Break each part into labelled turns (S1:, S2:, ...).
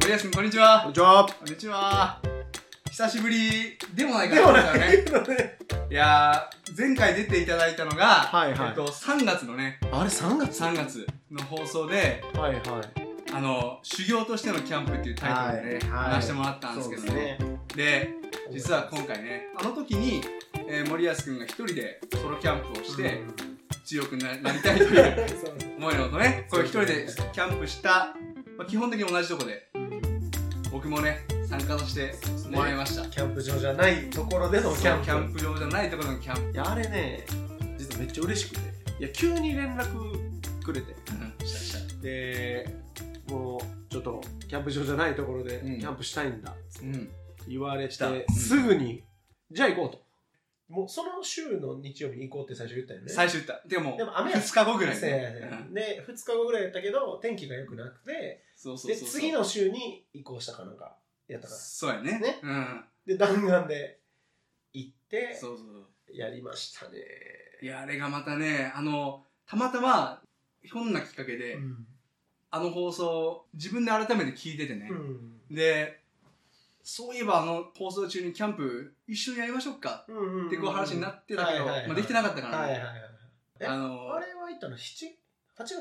S1: 東君こんにち
S2: こん
S1: は
S2: にちは。
S1: こんにちは久しぶりでもないかなと思ったよねいやー前回出ていただいたのが、
S2: はいはい
S1: えっと、3月のね
S2: あれ3月
S1: 3月の放送で
S2: はいはい。
S1: あの修行としてのキャンプっていうタイトルで、ね
S2: はいはい
S1: 話してもらったんですけどね。で実は今回ねあの時に、えー森保君が一人でソロキャンプをして強くななりたいという思いのと ねこれ一人でキャンプした、まあ、基本的に同じとこで僕もね参加としてもらいました、
S3: キャンプ場じゃないところでのキャンプ
S1: キャンプ場じゃないところのキャンプ
S2: いや、あれね、実はめっちゃ嬉しくて。いや、急に連絡くれて。
S1: うんしたし
S2: で、もう、ちょっと、キャンプ場じゃないところで、
S1: うん
S2: キャンプしたいんだ。
S1: たうん
S2: 言われ
S1: したう
S2: て
S1: ん、
S2: すぐに、じゃあ行こうと。
S3: もうその週の日曜日に行こうって最初言ったよね
S1: 最初言ったでも
S3: でも雨やった
S1: 2日後ぐらい
S3: そうや
S1: ね
S3: ね
S1: うん
S3: で2日後ぐらいやったけど天気が良くなくて
S1: そうそう
S3: で
S1: そうそう
S3: 次の週に移行したかなんかやったから
S1: そうやね
S3: ね
S1: うん
S3: で弾丸で行って
S1: そうそうそう
S3: やりましたね
S1: いやあれがまたねあのたまたまひょんなきっかけで、
S3: うん
S1: あの放送自分で改めて聞いててね
S3: う、ん
S1: でそういえばあの放送中にキャンプ一緒にやりましょうか
S3: うんうん
S1: ってこう話になってたけ
S3: はい
S1: ど、
S3: はいはい
S1: まあ、できてなかったから、
S3: はいはいはいえ
S1: あ
S3: あ
S1: の
S3: れは行ったの7 8月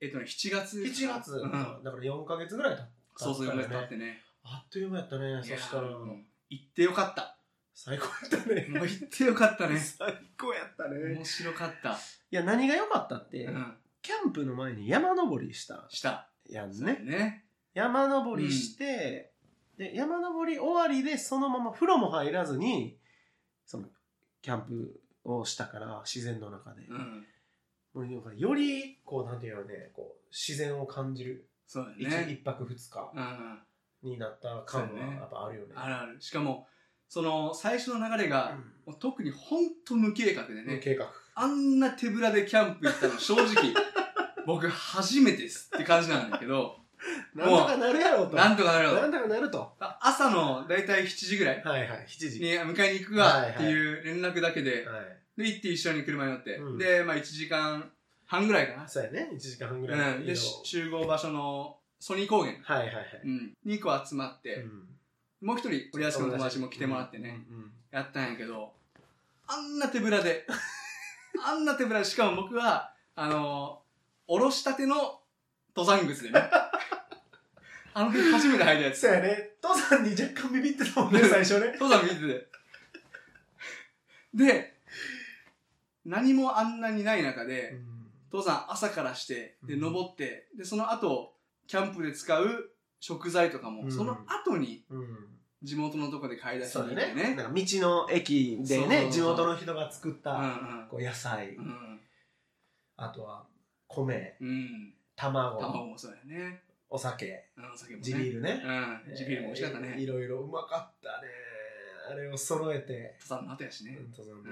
S1: えっとね7月
S3: 7月、
S1: うん
S3: だから4か月ぐらい経ったから
S1: そうそう4月経って
S3: ね
S1: ね
S3: あっという間やったね
S1: い
S3: そ
S1: や
S3: したら
S1: うん行ってよかった
S3: 最高やったね
S1: もう行ってよ かったね
S2: 最高やったね。
S1: 面白かった、
S2: いや、何が良かったって、
S1: うん、
S2: キャンプの前に山登りした
S1: した
S2: やん
S1: ね
S2: ね。山登りして、で山登り終わりでそのまま風呂も入らずにそのキャンプをしたから自然の中で、
S1: うん
S2: もうなんか
S3: よりこうなんていうのねこう自然を感じる
S1: そう
S3: 一
S1: だね
S3: 一泊二日
S1: うん
S3: になった感
S1: そう
S3: は
S1: やね
S3: やっぱあるよね
S1: あるあるしかもその最初の流れが、もう特にほんと無計画で
S3: うん
S1: ね
S3: 計画
S1: あんな手ぶらでキャンプ行ったの正直 僕初めてですって感じなんだけど
S2: なんとかなるやろうと
S1: な
S2: なん
S1: とかなるよ
S2: んとかなると
S1: 朝の大体7時ぐらい
S3: はいはい
S2: 7時
S1: に迎えに行くわっていう連絡だけで、
S3: はい
S1: で行って一緒に車に乗って、
S3: うん
S1: で、まあ、1時間半ぐらいかな、
S3: そうやね1時間半ぐらい
S1: うん、
S3: 移
S1: で
S3: 動
S1: 集合場所のソニー高原、
S3: はいはいはい
S1: うん、にこう集まって、
S3: うん
S1: もう一人森保君の友達も来てもらってね、
S3: うんうん
S1: やったんやけど、あんな手ぶらで、 あんな手ぶらで、しかも僕は、あの、おろしたての登山靴でね。 あの時初めて履いたやつ
S3: そ。うやね父さんに若干ビビってたもんね最初ね
S1: 登山見てて。で、何もあんなにない中
S3: う
S1: で、
S3: ん
S1: 登山朝からして、で、
S3: うん
S1: 登って、で、その後、キャンプで使う食材とかも、
S3: うん
S1: その後に
S3: うん
S1: 地元のとこで買い出しに
S2: そう
S1: 行っ
S2: だ
S1: て
S2: ね
S1: ね。
S2: なんか道の駅で
S1: そうそうそ
S2: ね
S1: う
S2: 地
S3: 地
S2: 元
S3: 元
S2: の
S3: の人が作っ
S1: うん
S3: たこう野菜
S1: うん。うん。
S3: あとは米
S1: うん。卵
S3: 卵
S1: もそうだよね。
S3: お酒
S1: うんお酒もね。
S3: 地ビールね
S1: うん。地ビールも美味しかったね。
S3: えーいろいろうまかったねあれを揃えて
S1: 登山の後やしね。
S3: 登山
S1: う
S3: 道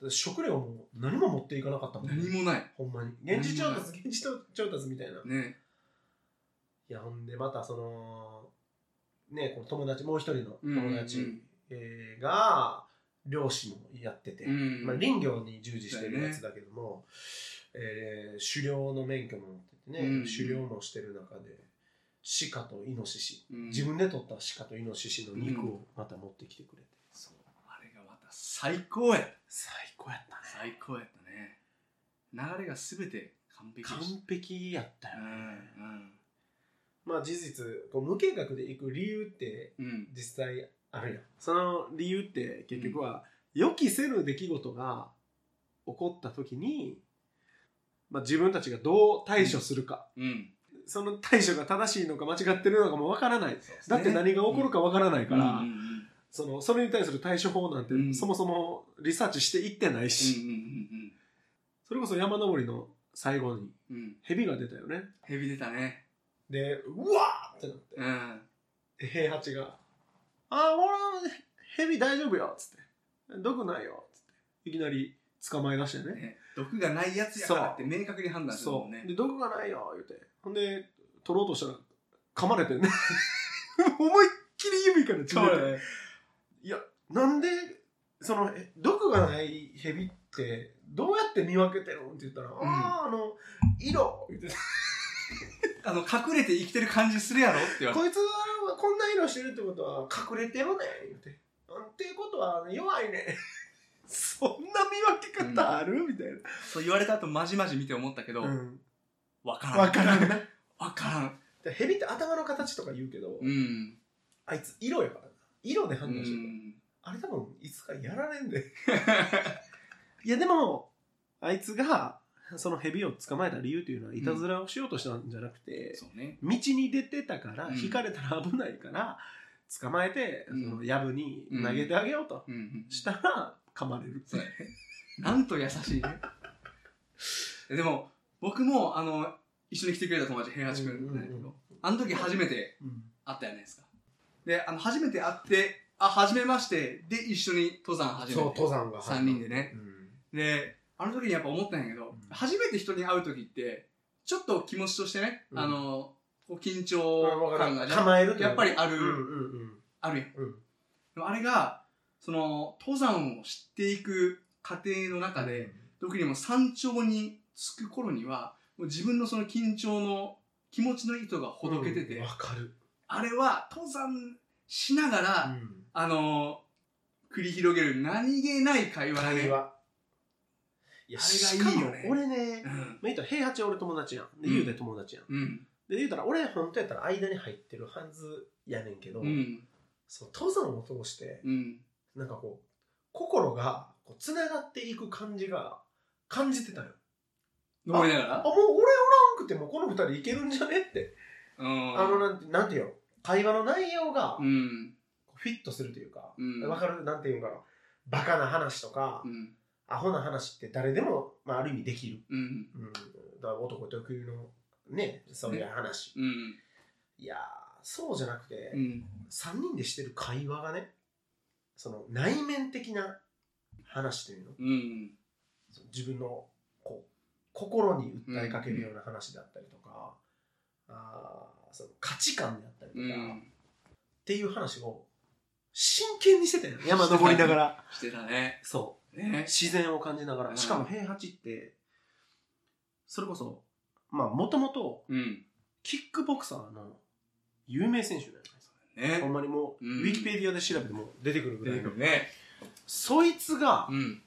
S3: 具
S1: ん。
S3: 食料も何も持っていかなかったもん
S1: 何もない。
S3: ほんまに現地調達現地調達みたいな、
S1: ね。
S3: いやほんでまたそのねこの友達もう一人の友達、
S1: うんうんうん
S3: えーが漁師もやってて、
S1: うん。
S3: まあ、林業に従事してるやつだけども、えー狩猟の免許も持っててね、
S1: うんうん
S3: 狩猟もしてる中で鹿とイノシシ
S1: うん
S3: 自分で取った鹿とイノシシの肉をまた持ってきてくれて、
S1: そう。あれがまた最高や。
S2: 最高やったね
S1: 最高やったね。流れがすべて完璧
S2: 完
S1: でし
S2: 璧やった
S1: た。
S2: よ
S1: う
S2: ね、
S1: ん。
S3: まあ事実こう無計画で行く理由って
S1: うん。うん。
S3: 実際あるやん
S2: その理由って結局は、予期せぬ出来事が起こった時に、まあ、自分たちがどう対処するか、
S1: うん。
S2: その対処が正しいのか間違ってるのかもわからないだって
S1: が
S2: 何が起こるかわからないから、
S1: うんうんうん
S2: そのそれに対する対処法なんて、
S1: うん
S2: そもそもリサーチしていってないし、
S1: うんうん
S2: それこそ山登りの最後に
S1: うんうん。うん。
S2: 蛇が出たよね
S1: ヘビ出たね。
S3: でうわーってなって
S1: うん。
S3: で平八が
S2: 「ああ俺は蛇大丈夫よ」っつって「毒ないよ」っつっていきなり捕まえ出してね
S1: ね毒がないやつやからって明確に判断するも
S2: そ
S1: ん
S2: う、
S1: ね。
S2: で毒がないよ言うてほんで取ろうとしたら噛まれてね 思いっきり指から血
S1: そう
S2: 出て
S1: だね
S2: なんでそのえ毒がない
S3: ない蛇ってどうやって見分けてるん?」って言ったら「あああの色」言って
S1: あの、隠れて生きてる感じするやろって言われて。
S2: こいつはこんな色してるってことは隠れてるねん言うて。うんっていうことは弱いねん。 そんな見分け方ある、みたい
S1: そう言われた後、まじまじ見て思ったけど、
S2: な。
S1: わ、
S2: ん。
S1: からん。
S2: わからんな。
S1: わからん。
S2: でヘビって頭の形とか言うけど、
S1: うん。
S2: あいつ色やからな。色で
S1: う
S2: 判断してるから。
S1: ん。
S2: あれ多分いつかやられんで。
S4: いやでも、あいつが、その蛇を捕まえた理由というのは、いたずらをしようとしたんじゃなくて、
S1: そうね。
S4: 道に出てたから、
S1: うん
S4: 引かれたら危ないから、捕まえて、
S1: うん
S4: そのヤブに投げてあげようと。
S1: うんうん。
S4: したら、噛まれる。
S1: そうやね。なんと優しいね。 でも、僕も、あの、一緒に来てくれた友達、平八君なんだけど、
S2: うんうんうん
S1: あの時初めて
S2: うん。
S1: 会ったじゃないですか。で、あの、初めて会って、あ、初めまして、で、一緒に登山始めて。
S2: そう、登山が。
S1: 三人でね
S2: うん。
S1: で、あの時にやっぱ思ったんやけど、
S2: うん
S1: 初めて人に会う時って、ちょっと気持ちとしてね、
S2: うん
S1: あの、こう緊
S2: あ
S1: 張
S2: わか
S1: 感
S2: る
S1: がね、
S2: 構えるという
S1: やっぱりある、
S2: うんうん
S1: あるやん。
S2: うん。うん。
S1: でもあれが、その、登山を知っていく過程の中で、特にもう山頂に着く頃には、もう自分のその緊張の気持ちの糸がほどけてて、
S2: うんわかる。
S1: あれは登山しながら、
S2: うん
S1: あのー繰り広げる何気ない会話がね
S2: 会、話。いや、
S1: あれがいい
S2: しかも
S1: よね
S2: 俺ね、
S1: うん、
S4: まあ、言ったら、平八は俺友達やん。で、
S1: うん
S4: ゆうで友達やん。
S1: うん、
S4: で、言うたら、俺、
S2: 本当やったら間に入ってるはずやねんけど、
S1: うん、
S2: そう登山を通して、
S1: うん、
S2: なんかこう、心がこう繋がっていく感じが感じてたよ。
S1: 思いなが
S2: あ、
S1: ら
S2: もう俺おらんくてもこの二人いけるんじゃねって。
S1: うん、
S2: あの、なんて、なんていうの会話の内容が
S1: うん、
S2: フィットするというか、
S1: うん
S2: わかるなんていうんかな。バカな話とか、
S1: うん、
S2: アホな話って誰でも、まあ、ある意味できる。
S1: うん、
S2: うん。だから男特有の、ね、そういう話。
S1: うん、
S2: いやー、そうじゃなくて、
S1: うん、
S2: 3人でしてる会話がねその内面的な話というの
S1: うん、
S2: その自分のこう心に訴えかけるような話であったりとか、あーその価値観であったりと
S1: う
S2: か、っ
S1: ん、
S2: ていう話を真剣にしてたよね
S4: 山登りながら、
S1: してたね。
S4: そう。
S1: ね。
S4: 自然を感じなが
S1: う
S4: ら、
S1: ん
S4: しかも平八って、それこそ、まあ、もともと、
S1: うん。
S4: キックボクサーの有名選手じゃないですか。ほ
S1: ね。
S4: んまにもう、
S1: う
S4: ウ
S1: ん
S4: ィキペディアで調べても出てくるぐらいの。
S1: ね。
S4: そいつが
S1: うん、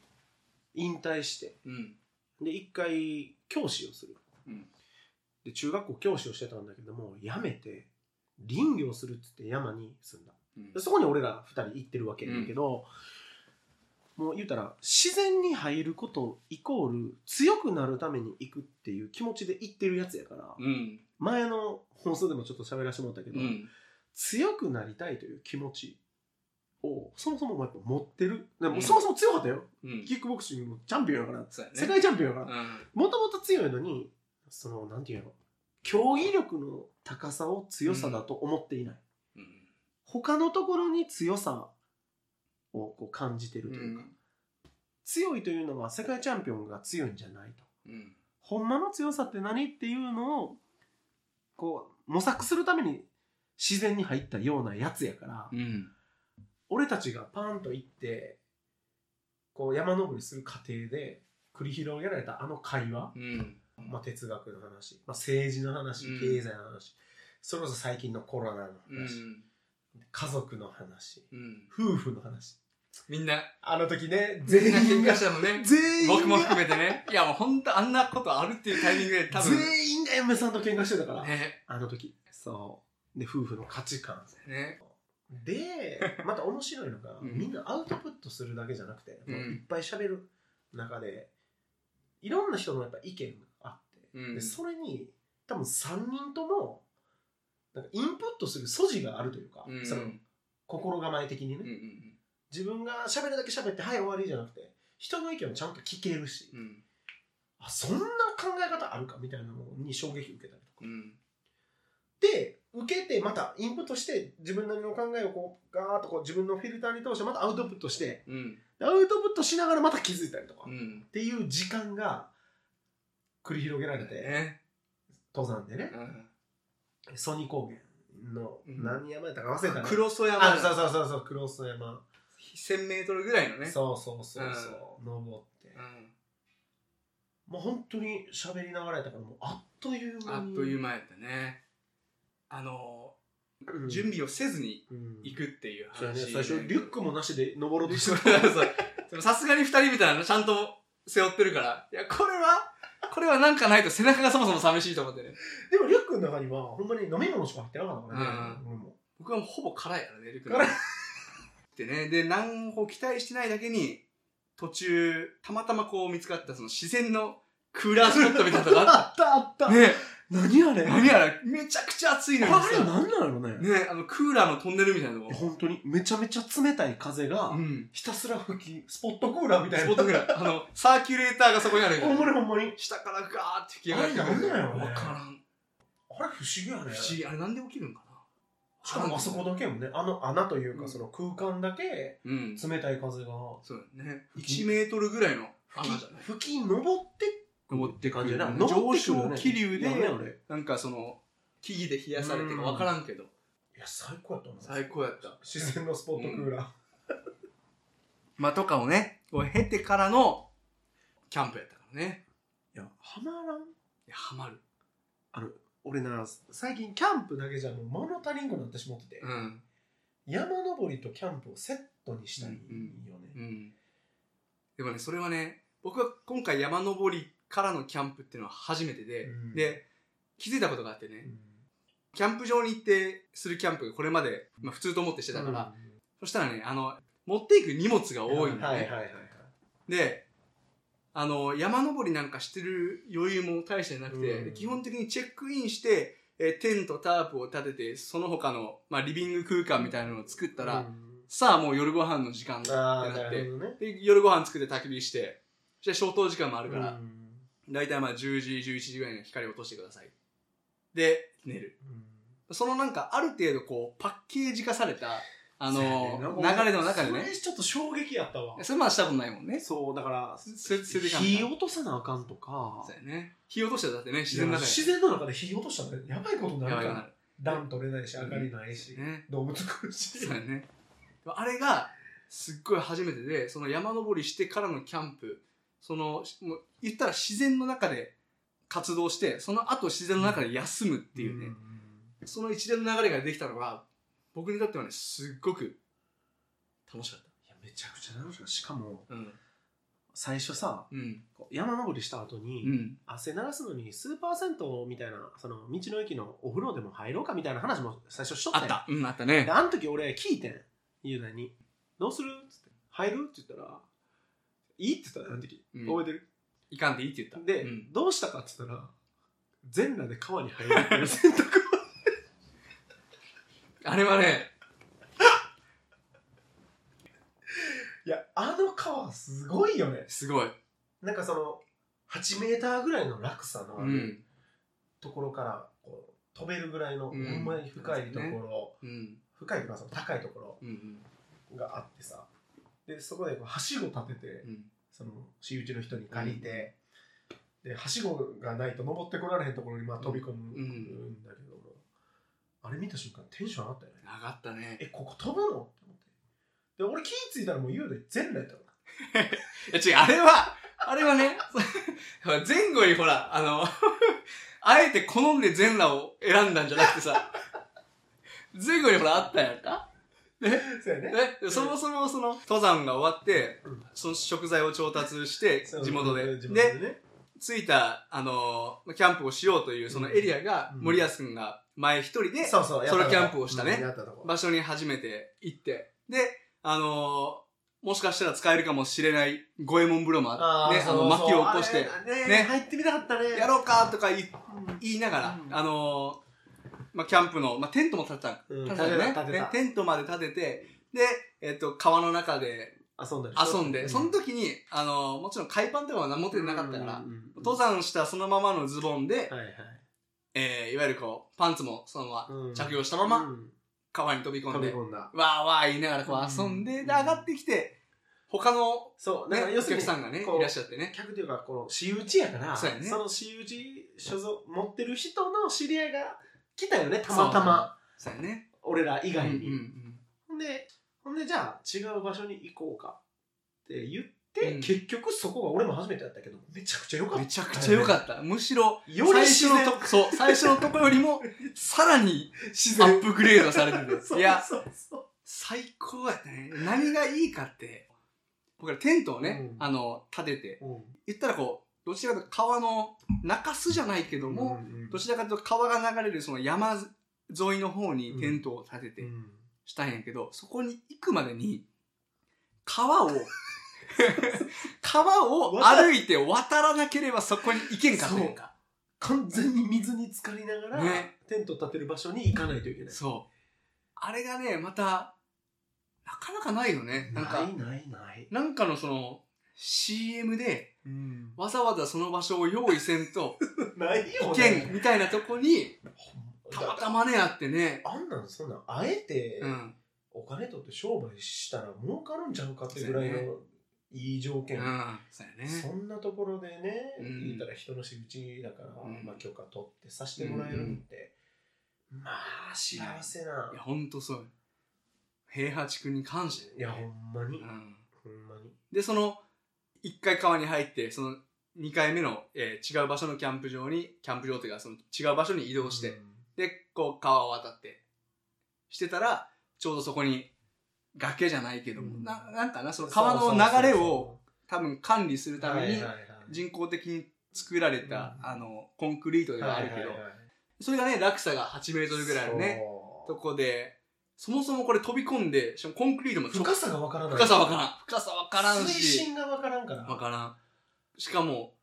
S4: 引退して、
S1: うん、
S4: で、一回、教師をする。
S1: うん
S4: で、中学校教師をしてたんだけども、辞めて、林業するっつって山に住んだ。
S1: うん
S4: でそこに俺ら二人行ってるわけだけど、もう言うたら自然に入ることイコール強くなるために行くっていう気持ちで行ってるやつやから、
S1: うん、
S4: 前の放送でもちょっと喋らせてもらったけ
S1: う
S4: ど、
S1: ん、
S4: 強くなりたいという気持ちをそもそもやっぱ持ってるで
S1: うん
S4: もそもそも強かったよ、
S1: うん。
S4: キックボクシングのチャンピオンやから、
S1: そうやね。
S4: 世界チャンピオンやから
S1: うん。
S4: もともと強いのにそのなんていうの競技力の高さを強さだと思っていない、
S1: うん
S4: 他のところに強さをこう感じてるというか、強いというのは世界チャンピオンが強いんじゃないと
S1: うん。
S4: ほんまの強さって何っていうのをこう模索するために自然に入ったようなやつやから、
S1: うん。
S4: 俺たちが
S2: パーンと行ってこう山登りする過程で繰り広げられたあの会話、
S1: うん。
S2: まあ、哲学の話、まあ、政治の話
S1: うん
S2: 経済の話、それこそ最近のコロナ
S1: う
S2: の話、
S1: ん。
S2: 家族の話
S1: うん。
S2: 夫婦の話
S1: みんな、
S2: あの時ね
S1: みんな
S2: 全
S1: 喧
S2: 員
S1: 嘩
S2: が
S1: したのね。
S2: 全員が
S1: 僕も含めてね。いや、もう本当あんなことあるっていうタイミングで多分。
S2: 全員が嫁さんと喧嘩してたから、
S1: ね。
S2: あの時
S4: そうで夫婦の
S2: 価値観
S1: ね。
S2: で また面白いのが、
S1: うん
S2: みんなアウトプットするだけじゃなくて、
S1: うん
S2: いっぱい喋る中でいろんな人のやっぱ意見があって、
S1: うん
S2: でそれに多分3人ともなんかインプットする素地があるというか、
S1: うん。
S2: その心構え的にね、
S1: うんうん
S2: 自分が喋るだけ喋ってはい終わりじゃなくて人の意見をちゃんと聞けるし、
S1: うん。
S2: あそんな考え方あるかみたいなのに衝撃受けたりとか。
S1: うん。
S2: で受けてまたインプットして自分なりの考えをこうガーッとこう自分のフィルターに通してまたアウトプットして
S1: うん。
S2: でアウトプットしながらまた気づいたりとか、
S1: う
S2: っ
S1: ん。
S2: ていう時間が繰り広げられて、
S1: ね。
S2: 登山でね
S1: うん
S2: ソニ高原の
S1: うん
S2: 何山やったか忘れたね、
S1: 黒曽山
S2: あそうそうそうそう黒須山、
S1: 1000メートルぐらいのね。
S2: そうそうそうそう登って
S1: う、ん。
S2: もう本当に喋りながらやったから、もうあっという間
S1: あ
S2: に。
S1: っという
S2: 間。
S1: 間やったねあの
S2: うん、
S1: 準備をせずに
S2: うん
S1: 行くっていう
S2: そうやね
S1: 話、
S2: 最初リュックもなしで登ろうとし
S1: そ
S2: て
S1: う そうでもさすがに二人みたいなのちゃんと背負ってるからいやこれはこれはなんかないと背中がそもそも寂しいと思ってね
S2: でもリュックの中には、ほんまに飲み物しか入ってなかったからね。俺も。
S1: 僕はもうほぼ空やからねリュック
S2: 空
S1: でねで何を期待してないだけに途中たまたまこう見つかったその自然のクーラースポットみたいなのがあっ
S2: あったあった
S1: たね
S2: 何あれ
S1: 何やらめちゃくちゃ暑いのに
S2: あれ
S1: さ、
S2: 何なのね
S1: ね、あのクーラーのトンネルみたいなとこ
S2: 本当にめちゃめちゃ冷たい風が
S1: うん
S2: ひたすら吹きスポットクーラーみたい
S1: ス
S2: な
S1: ポットクーラーあのサーキュレーターがそこにある
S2: ほんまにほんまに
S1: 下からガーって吹き上がって
S2: あれなんなんやろね
S1: 分からん
S2: あれ不思議やね
S1: 不思議あれなんで起きるんかな
S2: しかもあそこだけもねあの穴という
S1: う
S2: か
S1: ん
S2: その空間だけ
S1: うん
S2: 冷たい風が
S1: そうだね1メートルぐらいの穴
S2: 吹
S1: じゃ
S2: き
S1: ない
S2: 吹き登って
S1: 登って
S2: 感じやな
S1: 上昇気流で
S2: いやねあれ
S1: なんかその木々で冷やされてか分からんけど
S2: いや最高やったな
S1: 最高やった
S2: 自然のスポットクーラ
S1: まあとかをねこう経てからのキャンプやったからね
S2: ーいやハマらん
S1: いやハマる
S2: 俺な最近キャンプだけじゃもう物足りんくなってしまってて
S1: うん
S2: 山登りとキャンプをセットにしたいよね
S1: うんでもねそれはね僕は今回山登りからのキャンプっていうのは初めてで、
S2: うん
S1: で気づいたことがあってね、
S2: うん
S1: キャンプ場に行ってするキャンプがこれまで、まあ、普通と思ってしてたから、そしたらねあの持っていく荷物が多いのね、
S2: はいはいはいはい
S1: であの山登りなんかしてる余裕も大してなくて、
S2: うん
S1: で基本的にチェックインして、えーテントタープを立ててその他の、まあ、リビング空間みたいなのを作ったら、
S2: うん
S1: さあもう夜ご飯の時間って
S2: あ
S1: な
S2: あな
S1: って
S2: るほどね
S1: で夜ご飯作って焚き火してそして消灯時間もあるから、
S2: うん
S1: だいたいまあ10時11時ぐらいに光を落としてくださいで寝るそのなんかある程度こうパッケージ化されたあの
S2: そうやねなんか
S1: 流れの中で
S2: そ
S1: ね
S2: れちょっと衝撃やったわ
S1: それまあしたことないもんね
S2: そうだから
S1: それそれで簡単
S2: 火落とさなあかんとか
S1: そうやね火落としたらだってね自
S2: 自然
S1: 然
S2: の
S1: の
S2: 中で
S1: 中
S2: 自然の中で火落としたらやばいことに
S1: で
S2: な
S1: やば
S2: る
S1: いように
S2: か
S1: な
S2: ら
S1: る
S2: 暖取れないし明かりないし
S1: ね
S2: 動物来るし
S1: そうやねでもあれがすっごい初めてでその山登りしてからのキャンプそのもう言ったら自然の中で活動してその後自然の中で休むっていうね、その一連の流れができたのが僕にとってはねすっごく楽しかっ
S2: いやめちゃくちゃ楽しかったしかも
S1: たうん
S2: 最初さ
S1: うん
S2: こう山登りした後に、
S1: うん
S2: 汗流すのに数パーセントみたいなその道の駅のお風呂でも入ろうかみたいな話も最初しとった
S1: あっ
S2: やん
S1: たうんあったね
S2: であの時俺聞いてん雄大に「どうする?」っつって「入る?」って言ったら「いい?」って言ったらあの時、
S1: うん
S2: 覚えてる
S1: いかんでいいって言った。
S2: で、
S1: うん
S2: どうしたかって言ったら全裸で川に入るっていう 選択を
S1: あれはね、
S2: いやあの川すごいよね
S1: すごい。
S2: なんかその8メーターぐらいの落差の
S1: う
S2: ある
S1: ん。
S2: ところからこう飛べるぐらい
S1: う
S2: の、
S1: ん
S2: ほんまに深いところ、
S1: うん。
S2: 深いというかその高いところ
S1: うん。
S2: があってさでそこでこうはしご立てて、
S1: うん。
S2: その私有地の人に借りて、ではしごがないと登ってこられへんところにまあ飛び込む
S1: うん
S2: んだけども、あれ見た瞬間テンション上がったよね
S1: 上がったね。
S2: えここ飛ぶのって思ってで俺気ぃついたらもう言うで全裸やったの
S1: いや違う、あれは、あれはね、 前後にほら、あの、 あえて好んで全裸を選んだんじゃなくてさ、前後にほらあったやんか。
S2: そうや
S1: ね
S2: ね、
S1: でそもそもその登山が終わって
S2: うん、
S1: その食材を調達して、地元で。
S2: 地元で
S1: で、
S2: ね
S1: 着いた、あの、キャンプをしようというそのエリアが、
S2: うん
S1: 森保くんが前一人で、
S2: そうそうやった
S1: ソロキャンプをしたね
S2: うんやったとこ
S1: 場所に初めて行って、で、あのーもしかしたら使えるかもしれない五右衛門風呂もあ
S2: ー
S1: って、ね、あ
S2: そう
S1: の、
S2: そう
S1: 薪を起こして、
S2: あれね
S1: ね
S2: 入ってみたかったね
S1: やろうかとか言い
S2: うん
S1: 言いながら、
S2: うん
S1: あのーまあ、キャンプの、まあ、テントも立てた、
S2: うん
S1: 立てたよね
S2: 立てた立てた
S1: ねテントまで立てて、で、えっと、川の中で
S2: 遊んだりし
S1: 遊んで、
S2: う
S1: その時に、あのーもちろん海パンとかは持ってなかったから、
S2: うんうんうん
S1: 登山したそのままのズボンで、
S2: はいはい
S1: えーいわゆるこう、パンツもそのまま
S2: うん
S1: 着用したまま、
S2: うん
S1: 川に飛び込ん
S2: 飛び
S1: で、
S2: 込んだ
S1: わーわー言いながらこう遊んで、
S2: うん
S1: で、上がってきて、他の、
S2: そうだ
S1: ね
S2: から、
S1: お
S2: 要する
S1: 客
S2: に
S1: さんがね、
S2: こう
S1: いらっしゃってね。
S2: 客というかこの私有地やから
S1: そう
S2: そ
S1: やね
S2: の私有地所属持ってる人の知り合いが来たよねたまたま
S1: そうやね。
S2: 俺ら以
S1: うんう
S2: 外
S1: んう
S2: に、
S1: ん。
S2: ほんでほんでじゃあ違う場所に行こうかって言っで、
S1: うん
S2: 結局そこが俺も初めてやったけどめちゃくちゃ良かった
S1: めちゃくちゃ良かった。むしろ、
S2: よ
S1: 最
S2: り自
S1: 初
S2: 然
S1: のとこ、そう、最初のとこよりも、さらに
S2: 自
S1: ア
S2: 然
S1: ップグレードされて
S2: そ
S1: る。
S2: う
S1: いや、
S2: そうそう
S1: 最高やったね。何がいいかって、僕らテントをね、
S2: うん
S1: あの、立てて、
S2: うん
S1: 言ったらこう、どちらかというと川の中州じゃないけども、
S2: うんうん
S1: どちらかというと川が流れるその山沿いの方にテントを立て
S2: う
S1: て
S2: ん
S1: したんやけど、そこに行くまでに、川を、 川を歩いて渡らなければそこに行けんかったやんか。
S2: 完全に水に浸かりながら、
S1: ね
S2: テント立てる場所に行かないといけない
S1: そう。あれがね、また、なかなかないよね。なん
S2: な
S1: か
S2: い、ないない、
S1: なんかのその、CM で、わざわざその場所を用意せんと、
S2: ないよ
S1: 行
S2: ね
S1: けんみたいなとこに、
S2: ほんま
S1: たまたまね、あってね。
S2: あんなんそんなんあえて
S1: うん。
S2: お金取って商売したら儲かるんちゃうかってぐらい
S1: そうや
S2: のいい条
S1: う
S2: 件、
S1: ん。そうやね。
S2: そんなところでね、
S1: うん
S2: 言ったら人の仕口だから、
S1: うん
S2: まあ、許可取ってさせてもらえるって、まあ幸せない
S1: や、ほんとそう。平八君に感謝。
S2: いやほんまに、
S1: うん。
S2: ほんまに
S1: で、その、一回川に入って、その、二回目の、えー違う場所のキャンプ場に、キャンプ場というか、その違う場所に移動して、で、こう川を渡って、してたら、ちょうどそこに、崖じゃないけども、
S2: うん
S1: ななんかな、その川の流れを多分管理するために、
S2: 人
S1: 人工的に作られた、
S2: うん
S1: あの、コンクリートではあるけど、それがね、落差が8メートルぐらいのね、とこで、そもそもこれ飛び込んで、しかもコンクリートも
S2: 深さがわからない
S1: 深さわからん。深さわからん
S2: 水
S1: し、
S2: 深がわからんから
S1: わからん。しかも、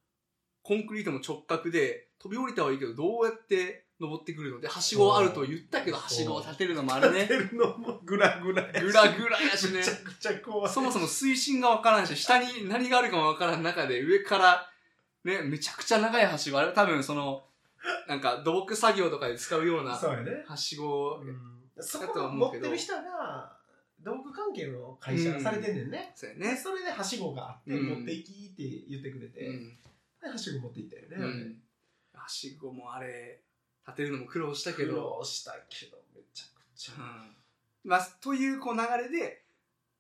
S1: コンクリートも直角で、飛び降りたはいいけど、どうやって登ってくるので、はしごはあると言ったけど、
S2: そう
S1: はしごを立てるのもあれね
S2: 立。てるのもグラグラやし
S1: ぐらぐらやしね
S2: め。ちゃくちゃ怖い
S1: そもそも水深がわからんし、下に何があるかもわからん中で、上から、ね、めちゃくちゃ長いはしご、あれは多分その、なんか土木作業とかで使うような、
S2: そうやね
S1: はしごを
S2: そこを持ってる人が道具関係の会社がされてんねんね、
S1: そうや
S2: で
S1: ね。
S2: それではしごがあって、
S1: うん
S2: 持っていきって言ってくれて、
S1: うん。
S2: ではしご持っていったよね、
S1: うんはしごもあれ、立てるのも苦労したけ
S2: 苦
S1: ど、
S2: 労したけどめちゃくちゃ、
S1: うんまあ、というこう流れで、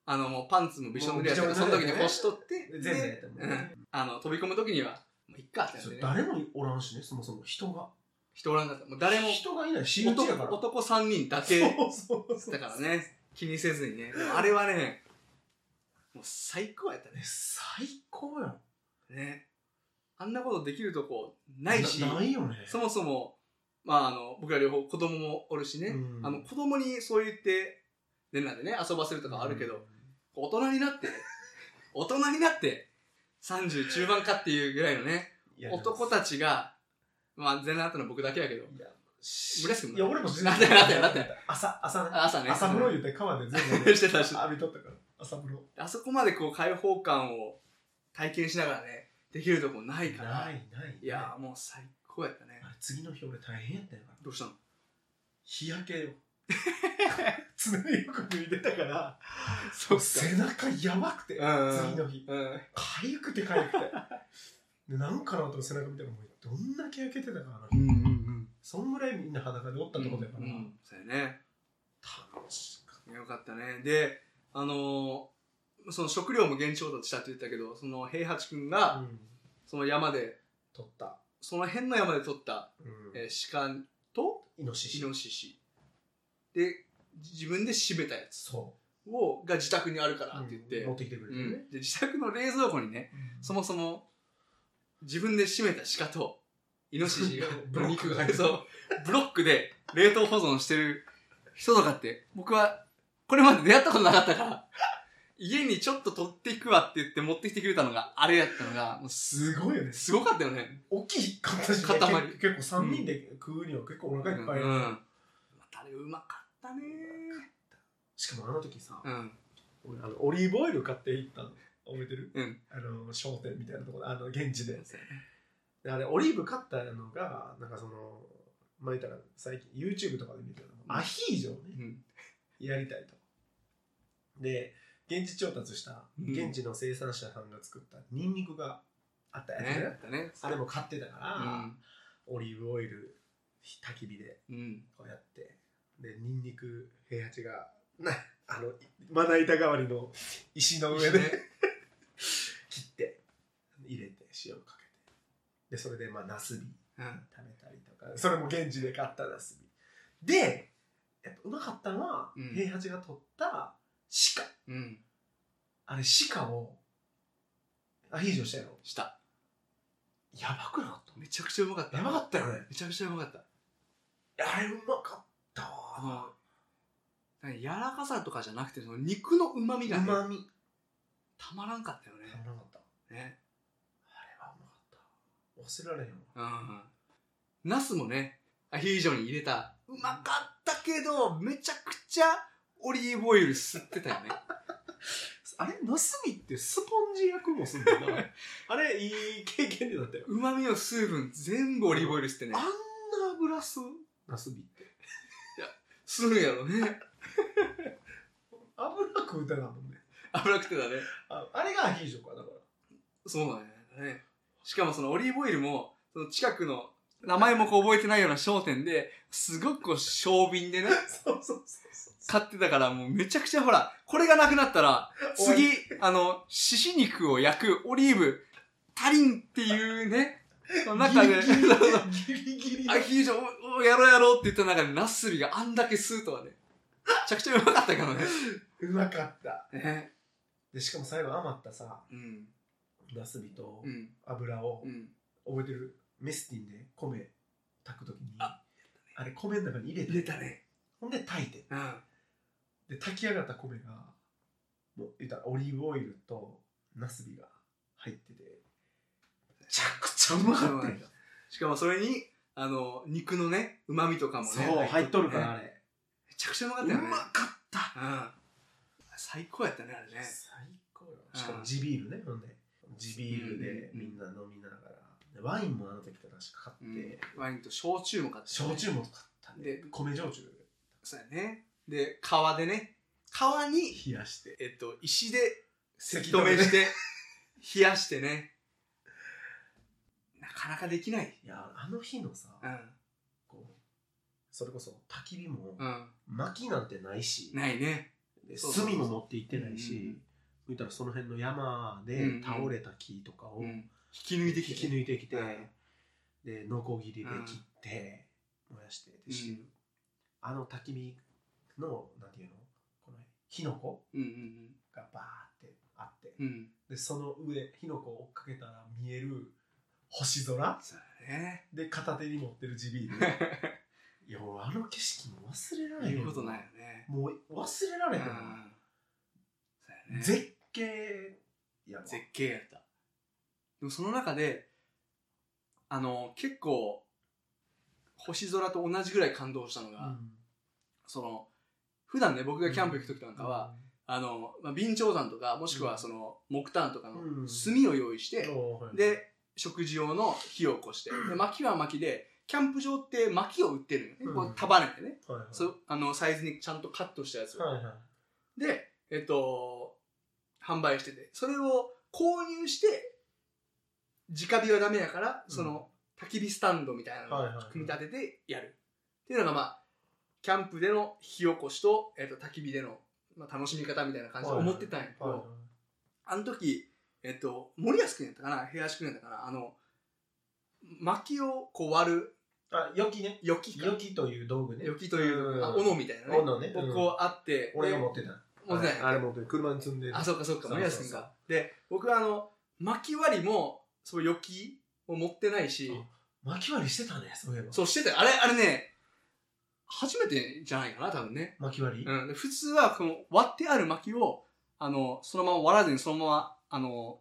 S1: あの、もうパンツもびしょ濡れやったから、
S2: も
S1: そうの
S2: び
S1: 時に
S2: しょ濡れやね
S1: 干しとって、
S2: で全部やっ
S1: で
S2: たもん
S1: う
S2: ね、
S1: あの、飛び込む時には、もういっかってなって
S2: そう
S1: ね、
S2: 誰もおらんしねそもそも人が
S1: 人おらんかった。もう誰も、
S2: 人がいない私有地やから
S1: 男男3人だけだ
S2: そうそうそう
S1: からね、気にせずにね。でもあれはね、もう最高やった
S2: ね
S1: ね。
S2: 最高やん
S1: ね。あんなことできるとこないし、
S2: ないよね
S1: そもそも、まあ、あの、僕ら両方子供もおるしね、
S2: うん
S1: あの、子供にそう言って、連絡でね、遊ばせるとかあるけど、大人になって、大人になって、30中盤かっていうぐらいのね、
S2: いや
S1: 男たちが、まあ、全然あったの僕だけやけど、
S2: いや
S1: 村重も
S2: いや俺も全然
S1: なってなって なって
S2: 朝朝ね
S1: 朝ね、
S2: 朝風呂
S1: そ
S2: 言って川で全
S1: の
S2: 部
S1: してたし、
S2: 浴びとったから朝風呂
S1: あそこまでこう開放感を体験しながらね、できるとこないから、
S2: ない
S1: い
S2: ない
S1: やーもう最高やったね。
S2: あれ次の日俺大変やったよな
S1: どうしたの
S2: 日焼けよ 常によく脱いでたから
S1: そ
S2: もう背中やばくて
S1: うん。
S2: 次の日
S1: うん。
S2: かゆくてかゆくてでなんかなと思って背中見たらもうどんだけ焼けてたかな
S1: うんうんうん。
S2: そんぐらいみんな裸でおったってことやから、
S1: うんそうやね。
S2: 楽しかっ
S1: よかったね。で、あのーその食料も現地調達したって言ったけど、その平八くん
S2: た、
S1: が、
S2: うん
S1: その山で、
S2: 撮った、
S1: その辺の山で取った、
S2: うん
S1: えー鹿と
S2: イノシ
S1: イ
S2: シ
S1: ノシシ。で、自分で締めたやつ
S2: そ
S1: を、が自宅にあるか
S2: う
S1: らって言って、
S2: 持ってきてくれてね、
S1: うんで自宅の冷蔵庫にね、
S2: うん
S1: そもそも、自分で締めた鹿と、イノシシが
S2: 、ブロックが入って る
S1: そう、ブロックで冷凍保存してる人とかって、僕は、これまで出会ったことなかったから、家にちょっと取っていくわって言って持ってきてくれたのが、あれやったのが、もうす
S2: すごいよね
S1: すごかったよね。
S2: 大きい形で
S1: 塊
S2: 結結構三人で食うには結構お腹いっぱい、
S1: うん。またあれうまかったね
S2: しかもあの時さ、
S1: うん。
S2: 俺あのオリーブオイル買っていったの覚えてる、
S1: うん
S2: あの商店みたいなところあの現地でであれオリーブ買ったのがなんかそのまあ言ったら最近 YouTube とかで見てるのアヒージョをね
S1: うん。
S2: やりたいとで現地調達した
S1: うん
S2: 現地の生産者さんが作ったニンニクがあったやつね
S1: ね。だったね。
S2: あれも買ってたか
S1: う
S2: ら、
S1: ん。
S2: オリーブオイル焚き火で
S1: うん。
S2: こうやってでニンニク平八がなあのまな板代わりの石の上で
S1: ね
S2: でそれでまあナスビ
S1: うん
S2: 食べたりとかそれも現地で買ったナスビでやっぱうまかったのは、
S1: うん
S2: 平八が取った鹿
S1: うん
S2: あれ鹿をアヒージョしたやろ
S1: した
S2: やばくなかっ
S1: めちゃくちゃうまかった
S2: たやばかったよね
S1: めちゃくちゃうまかった
S2: あれうまかった
S1: あ
S2: わ
S1: の何柔らかさとかじゃなくてその肉のうまみが
S2: う
S1: ね
S2: まみ
S1: たまらんかったよね
S2: たまらなかった
S1: ね
S2: あれはうまかった忘れられへんわ
S1: うんナスもねアヒージョに入れたうまかったけどめちゃくちゃオリーブオイル吸ってたよね
S2: あれナスビってスポンジ役もすんだな あれいい経験でだったよ
S1: うまみの水分全部オリーブオイル吸ってね
S2: あんな油吸うナスビって
S1: 吸うんやろね
S2: 油食うたなもんね
S1: 油くてたね
S2: ああれがアヒージョかだから
S1: そうなんだね。しかもそのオリーブオイルも、その近くの、名前もこう覚えてないような商店で、すごくこう、小瓶 でね、
S2: そうそうそうそう
S1: 買ってたから、もうめちゃくちゃほら、これがなくなったら、次、あの、獅子肉を焼くオリーブ、タリンっていうね、その中で、
S2: ギリギリ
S1: アヒージョをやろうやろうって言った中で、ナスビがあんだけ吸うとはね、めちゃくちゃうまかったからね。
S2: うまかった
S1: ね。
S2: でしかも最後余ったさ
S1: うん。
S2: ナスビと
S1: うん。
S2: 油を
S1: うん。
S2: 覚えてるメスティンで米炊くときにあれ米の中に入れて
S1: 入れたね。
S2: ほんで炊いて
S1: うん。
S2: で炊き上がった米がもう言ったらオリーブオイルとナスビが入っててめちゃくちゃうまかったよ
S1: しかもそれに、あの、肉のね、旨味とかもね。
S5: そう、入っとるから、
S1: ね
S5: あれ。
S1: めちゃくちゃうまかっ
S2: う
S1: たよね。
S2: まかった
S1: うん。最高やったね、あれね。
S2: 最高よしかも地ビールねほんで地ビールで
S1: うん
S2: みんな飲みながらでワインもあの時からしか買って、
S1: うんワインと焼酎も買って、
S2: 焼酎も買ったね
S1: で
S2: 米焼酎
S1: そうやね。で、川でね。川に、
S2: 冷やして
S1: えっと、石で、せき止めして、冷やしてね。なかなかできない。
S2: いやあの日のさ、
S1: うん。
S2: こうそれこそ焚き火も
S1: うん。
S2: 薪なんてないし、
S1: ないね。
S2: で
S1: そうそうそう
S2: 炭も持って行ってないし、
S1: うんうんうん
S2: 見たらその辺の山
S1: うんう
S2: で
S1: ん
S2: 倒れた木とかを
S1: うん
S2: 引。
S1: 引き抜いてき
S2: き
S1: て。
S2: 抜いてきて、
S1: うん
S2: でノコギリで切って燃やしてでしてる、あの焚き火のなんていうのこの火の粉
S1: うんうん
S2: がバーってあって
S1: うん。うん。
S2: でその上火の粉を追っかけたら見える星空
S1: そうやね。
S2: で片手に持ってる地ビー ルいや俺あの景色も忘れられへん
S1: 言うことないよね。
S2: もう忘れら
S1: う
S2: れ
S1: ん
S2: へん
S1: そう
S2: わ
S1: やね。
S2: 絶景やわ
S1: 絶景やった。でもその中で、あの、結構、星空と同じぐらい感動したのが、その、普段ね、僕がキャンプ行く時なんかは、、あの、まあ、備長炭とか、もしくはその、木炭とかの
S2: うん
S1: 炭を用意し
S2: うん
S1: て、
S2: おーはい
S1: で、食事用の火を起こして、で、薪は薪で、キャンプ場って薪を売ってるのね。こ
S2: う
S1: うん束ねてね。
S2: はいはい
S1: そう、あの、サイズにちゃんとカットしたやつを。
S2: はいはい
S1: で、えっと、販売してて、それを購入して、直火はダメやから、
S2: うん
S1: その、焚き火スタンドみたいな
S2: はいはい
S1: の
S2: は
S1: を
S2: い
S1: 組み立ててやる。っていうのが、まあ、キャンプでの火起こしと、えっと、焚き火での、まあ、楽しみ方みたいな感じで思ってたんやけど、
S2: はいはい
S1: あの時、えっと、森保君やったかな平橋君やったかなあの、薪をこう割る、
S2: あ、よきね。
S1: よきか
S2: よきという道具ね。
S1: よきという、
S2: ん
S1: あ斧みたいなね。
S2: 斧ねうん
S1: 僕をあって、
S2: 俺が
S1: で
S2: 持ってた。
S1: 持ってない
S2: あれ持ってる。車に積んでる。
S1: あ、そうかそうか、
S2: そう
S1: 森
S2: そ
S1: 保
S2: うそう
S1: 君が。で、僕はあの、薪割りも、そう、余きを持ってないし、
S2: 巻き割りしてたね、そういえば。
S1: そうしてたよあれ、あれね、初めてじゃないかな、多分ね。
S2: 巻き割り
S1: うん。で普通は、この割ってある薪を、あの、そのまま割らずに、そのまま、あの、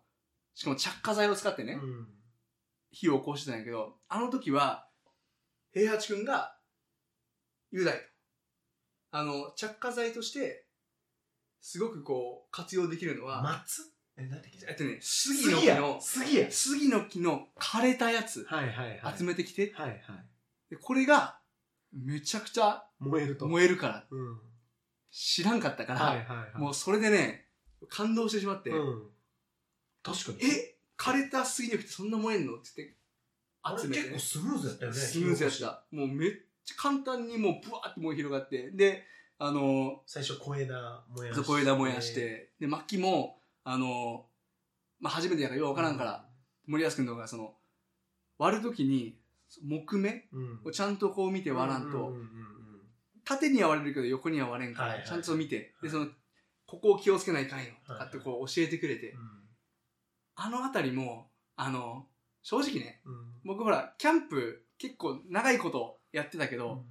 S1: しかも着火剤を使ってね、
S2: うん
S1: 火を起こしてたんやけど、あの時は、平八君が、雄大と。あの、着火剤として、すごくこう、活用できるのは、
S2: 松え、なんて
S1: えっ
S2: 聞
S1: とね、杉の
S2: 杉
S1: 木
S2: や
S1: の、
S2: 杉や
S1: 杉の木の枯れたやつ
S2: はいはいはい。
S1: 集めてきて、
S2: はいはい。
S1: でこれがめちゃくちゃ
S2: 燃えると。
S1: 燃えるから
S2: うん。
S1: 知らんかったから、
S2: はいはいはい。
S1: もうそれでね感動してしまって「
S2: うん。確かに。
S1: え枯れた杉の木ってそんな燃えんの?」って言って
S2: あれ
S1: 集めて、
S2: 結構スムーズやったよね。
S1: スムーズやっ
S2: 火起こした
S1: もうめっちゃ簡単にもうブワーって燃え広がってであの
S2: 最初、小枝燃やして。
S1: そこ枝燃やしてで薪もあの、まあ、初めてやからようわからんから、森保君の方がその割るときに木目
S2: うん
S1: をちゃんとこう見て割らんと、
S2: うんうんうん
S1: 縦には割れるけど横には割れんから、
S2: はいはい
S1: ちゃんと見て、
S2: はい
S1: でそのここを気をつけないかんよと
S2: はい
S1: かってこう教えてくれて、あの辺りもあの正直ね
S2: うんうん
S1: 僕ほらキャンプ結構長いことやってたけど、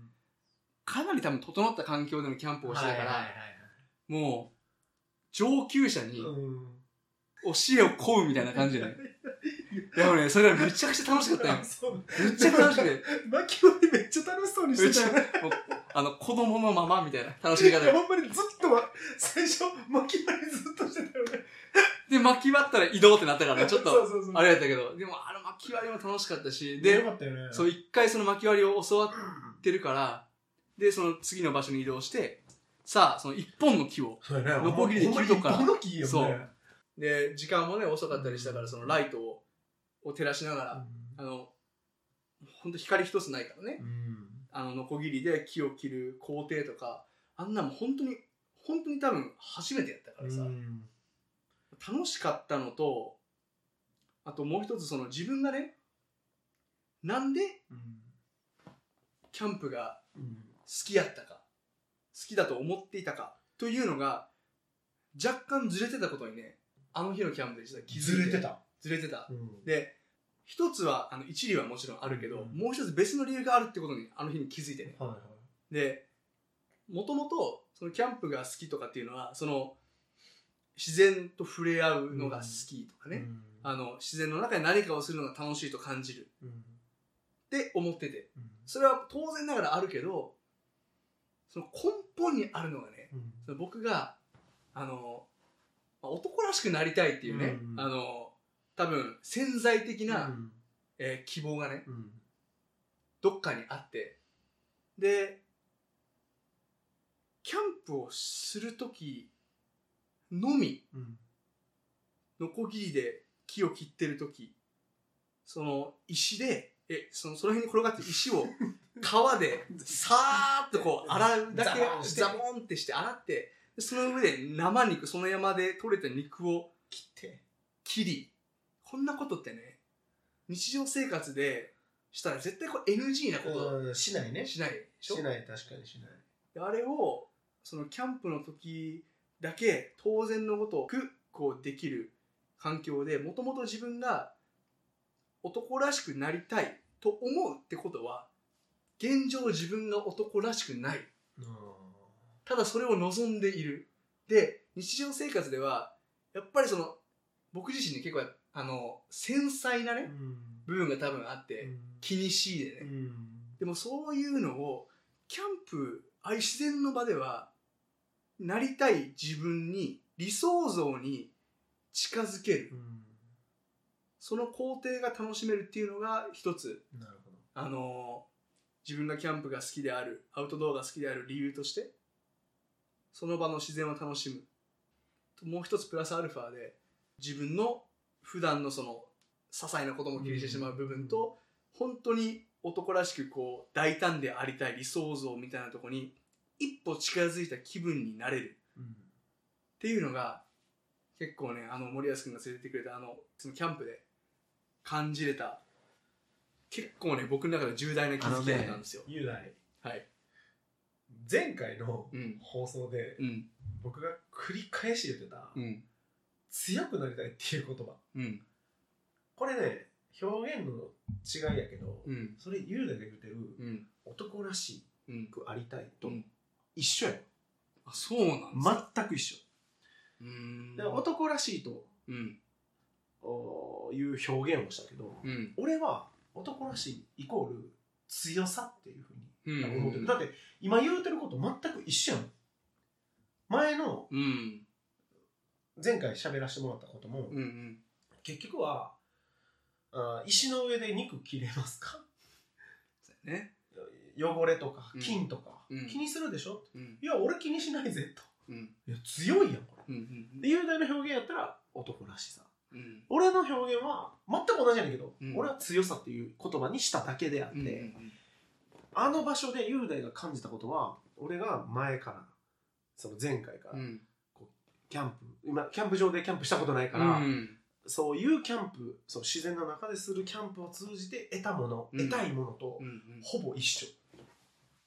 S1: かなり多分整った環境でのキャンプをしてたから、
S2: はいはいはい
S1: もう上級者に
S2: はいうん
S1: 教えを請うみたいな感じ で、でもねそれがめちゃくちゃ楽しかったよ
S2: あそう
S1: めっちゃ楽しくて
S2: マキオリめっちゃ楽しそうにしてたよね
S1: もうあの子供のままみたいな楽しみ方で
S2: ほんまにずっとわ最初マキオリずっとしてたよね
S1: で巻き割ったら移動ってなったからねちょっと
S2: そうそうそう
S1: あれやったけど、でもあの巻き割りも楽しかったし、
S2: でよ
S1: で、
S2: かったよね
S1: そう、一回その巻き割りを教わってるから、で、その次の場所に移動して、さあ、その一本の木を、
S2: そうやね
S1: ノコギリで切るとこから
S2: ほんまに一本の木いいよね
S1: そうで、時間もね、遅かったりしたから、そのライトをを照らしながら、あの、ほんと光一つないからね、
S2: うん
S1: あの、ノコギリで木を切る工程とか、あんなも本当に、本当に多分初めてやったからさ、
S2: うん
S1: 楽しかったのと、あともう一つその自分がね、なんでキャンプが
S2: うん
S1: 好きやったか好きだと思っていたかというのが若干ずれてたことにねあの日のキャンプで実は気づ
S2: ず
S1: いて
S2: れてた
S1: ずれてた
S2: うん
S1: で一つはあの一理はもちろんあるけど、
S2: うん
S1: もう一つ別の理由があるってことにあの日に気づいてね
S2: はいはい
S1: でもともとそのキャンプが好きとかっていうのはその自然と触れ合うのが好きとかね、
S2: うん
S1: あの自然の中で何かをするのが楽しいと感じる
S2: うん
S1: って思ってて
S2: うん
S1: それは当然ながらあるけどその根本にあるのがね
S2: うん
S1: その僕があの、まあ男らしくなりたいっていうね、
S2: うんうん
S1: あの多分潜在的な、
S2: うん
S1: えー希望がね
S2: うん
S1: どっかにあってでキャンプをする時のみ
S2: うん
S1: ノコギリで木を切ってる時その石でえそのその辺に転がってる石 を川でさーっとこう洗うだけ
S2: ザボンして
S1: ザボンってして洗ってでその上で生肉その山で取れた肉を
S2: 切って
S1: 切りこんなことってね日常生活でしたら絶対これ NG なこ
S2: うんしないね
S1: としないでしょ
S2: しない確かにしない
S1: であれをそのキャンプの時だけ当然のごとくこうできる環境でもともと自分が男らしくなりたいと思うってことは現状自分が男らしくないただそれを望んでいるで日常生活ではやっぱりその僕自身ね結構あの繊細な
S2: う
S1: ね
S2: ん
S1: 部分が多分あって気にしいでね
S2: うん
S1: でもそういうのをキャンプああいう自然の場ではなりたい自分に理想像に近づける
S2: うん
S1: その工程が楽しめるっていうのが一つ、
S2: なるほど
S1: あのー自分がキャンプが好きであるアウトドアが好きである理由としてその場の自然を楽しむともう一つプラスアルファで自分の普段のその些細なことも気にしてしまう部分と、本当に男らしくこう大胆でありたい理想像みたいなとこに一歩近づいた気分になれる
S2: うん
S1: っていうのが結構ねあの森保君が連れてってくれたあのそのキャンプで感じれた結構ね僕の中で重大な気づきだったんですよ、
S2: 雄大
S1: はい
S2: 前回の
S1: うん
S2: 放送で
S1: うん
S2: 僕が繰り返し言ってた
S1: うん
S2: 強くなりたいっていう言葉
S1: うん
S2: これね表現の違いやけど
S1: うん
S2: それ雄大が言ってる
S1: うん
S2: 男らし
S1: うん
S2: くありたいと
S1: うん
S2: 一緒やん
S1: あそうなんですか、
S6: 全く一緒。
S1: うーん
S6: だから男らしいと
S1: うん
S6: おーいう表現をしたけど、
S1: うん
S2: 俺は男らしいイコール強さっていうふう
S1: う
S2: に思ってる
S1: ん
S2: だって今言うてること全く一緒やん前の
S1: うん
S2: 前回喋らせてもらったことも
S1: うんうん
S2: 結局はあー石の上で肉切れますか
S1: そうやね
S2: 汚れとか
S1: うん
S2: 菌と
S1: う
S2: か、
S1: ん
S2: 気にするでしょ
S1: うん
S2: いや俺気にしないぜと
S1: うん
S2: いや強いやんこ
S1: うん
S2: れ
S1: う
S2: で雄大の表現やったら男らしさ
S1: んうん
S2: 俺の表現は全く同じやねんけど、
S1: うん
S2: 俺は強さっていう言葉にしただけであって、
S1: うん
S2: あの場所で雄大が感じたことは俺が前からその前回から、
S1: うんうん
S2: キャンプ今キャンプ場でキャンプしたことないから、
S1: うん
S2: そういうキャンプそう自然の中でするキャンプを通じて得たもの、
S1: うん
S2: 得たいものと
S1: うんうん、
S2: ほぼ一緒、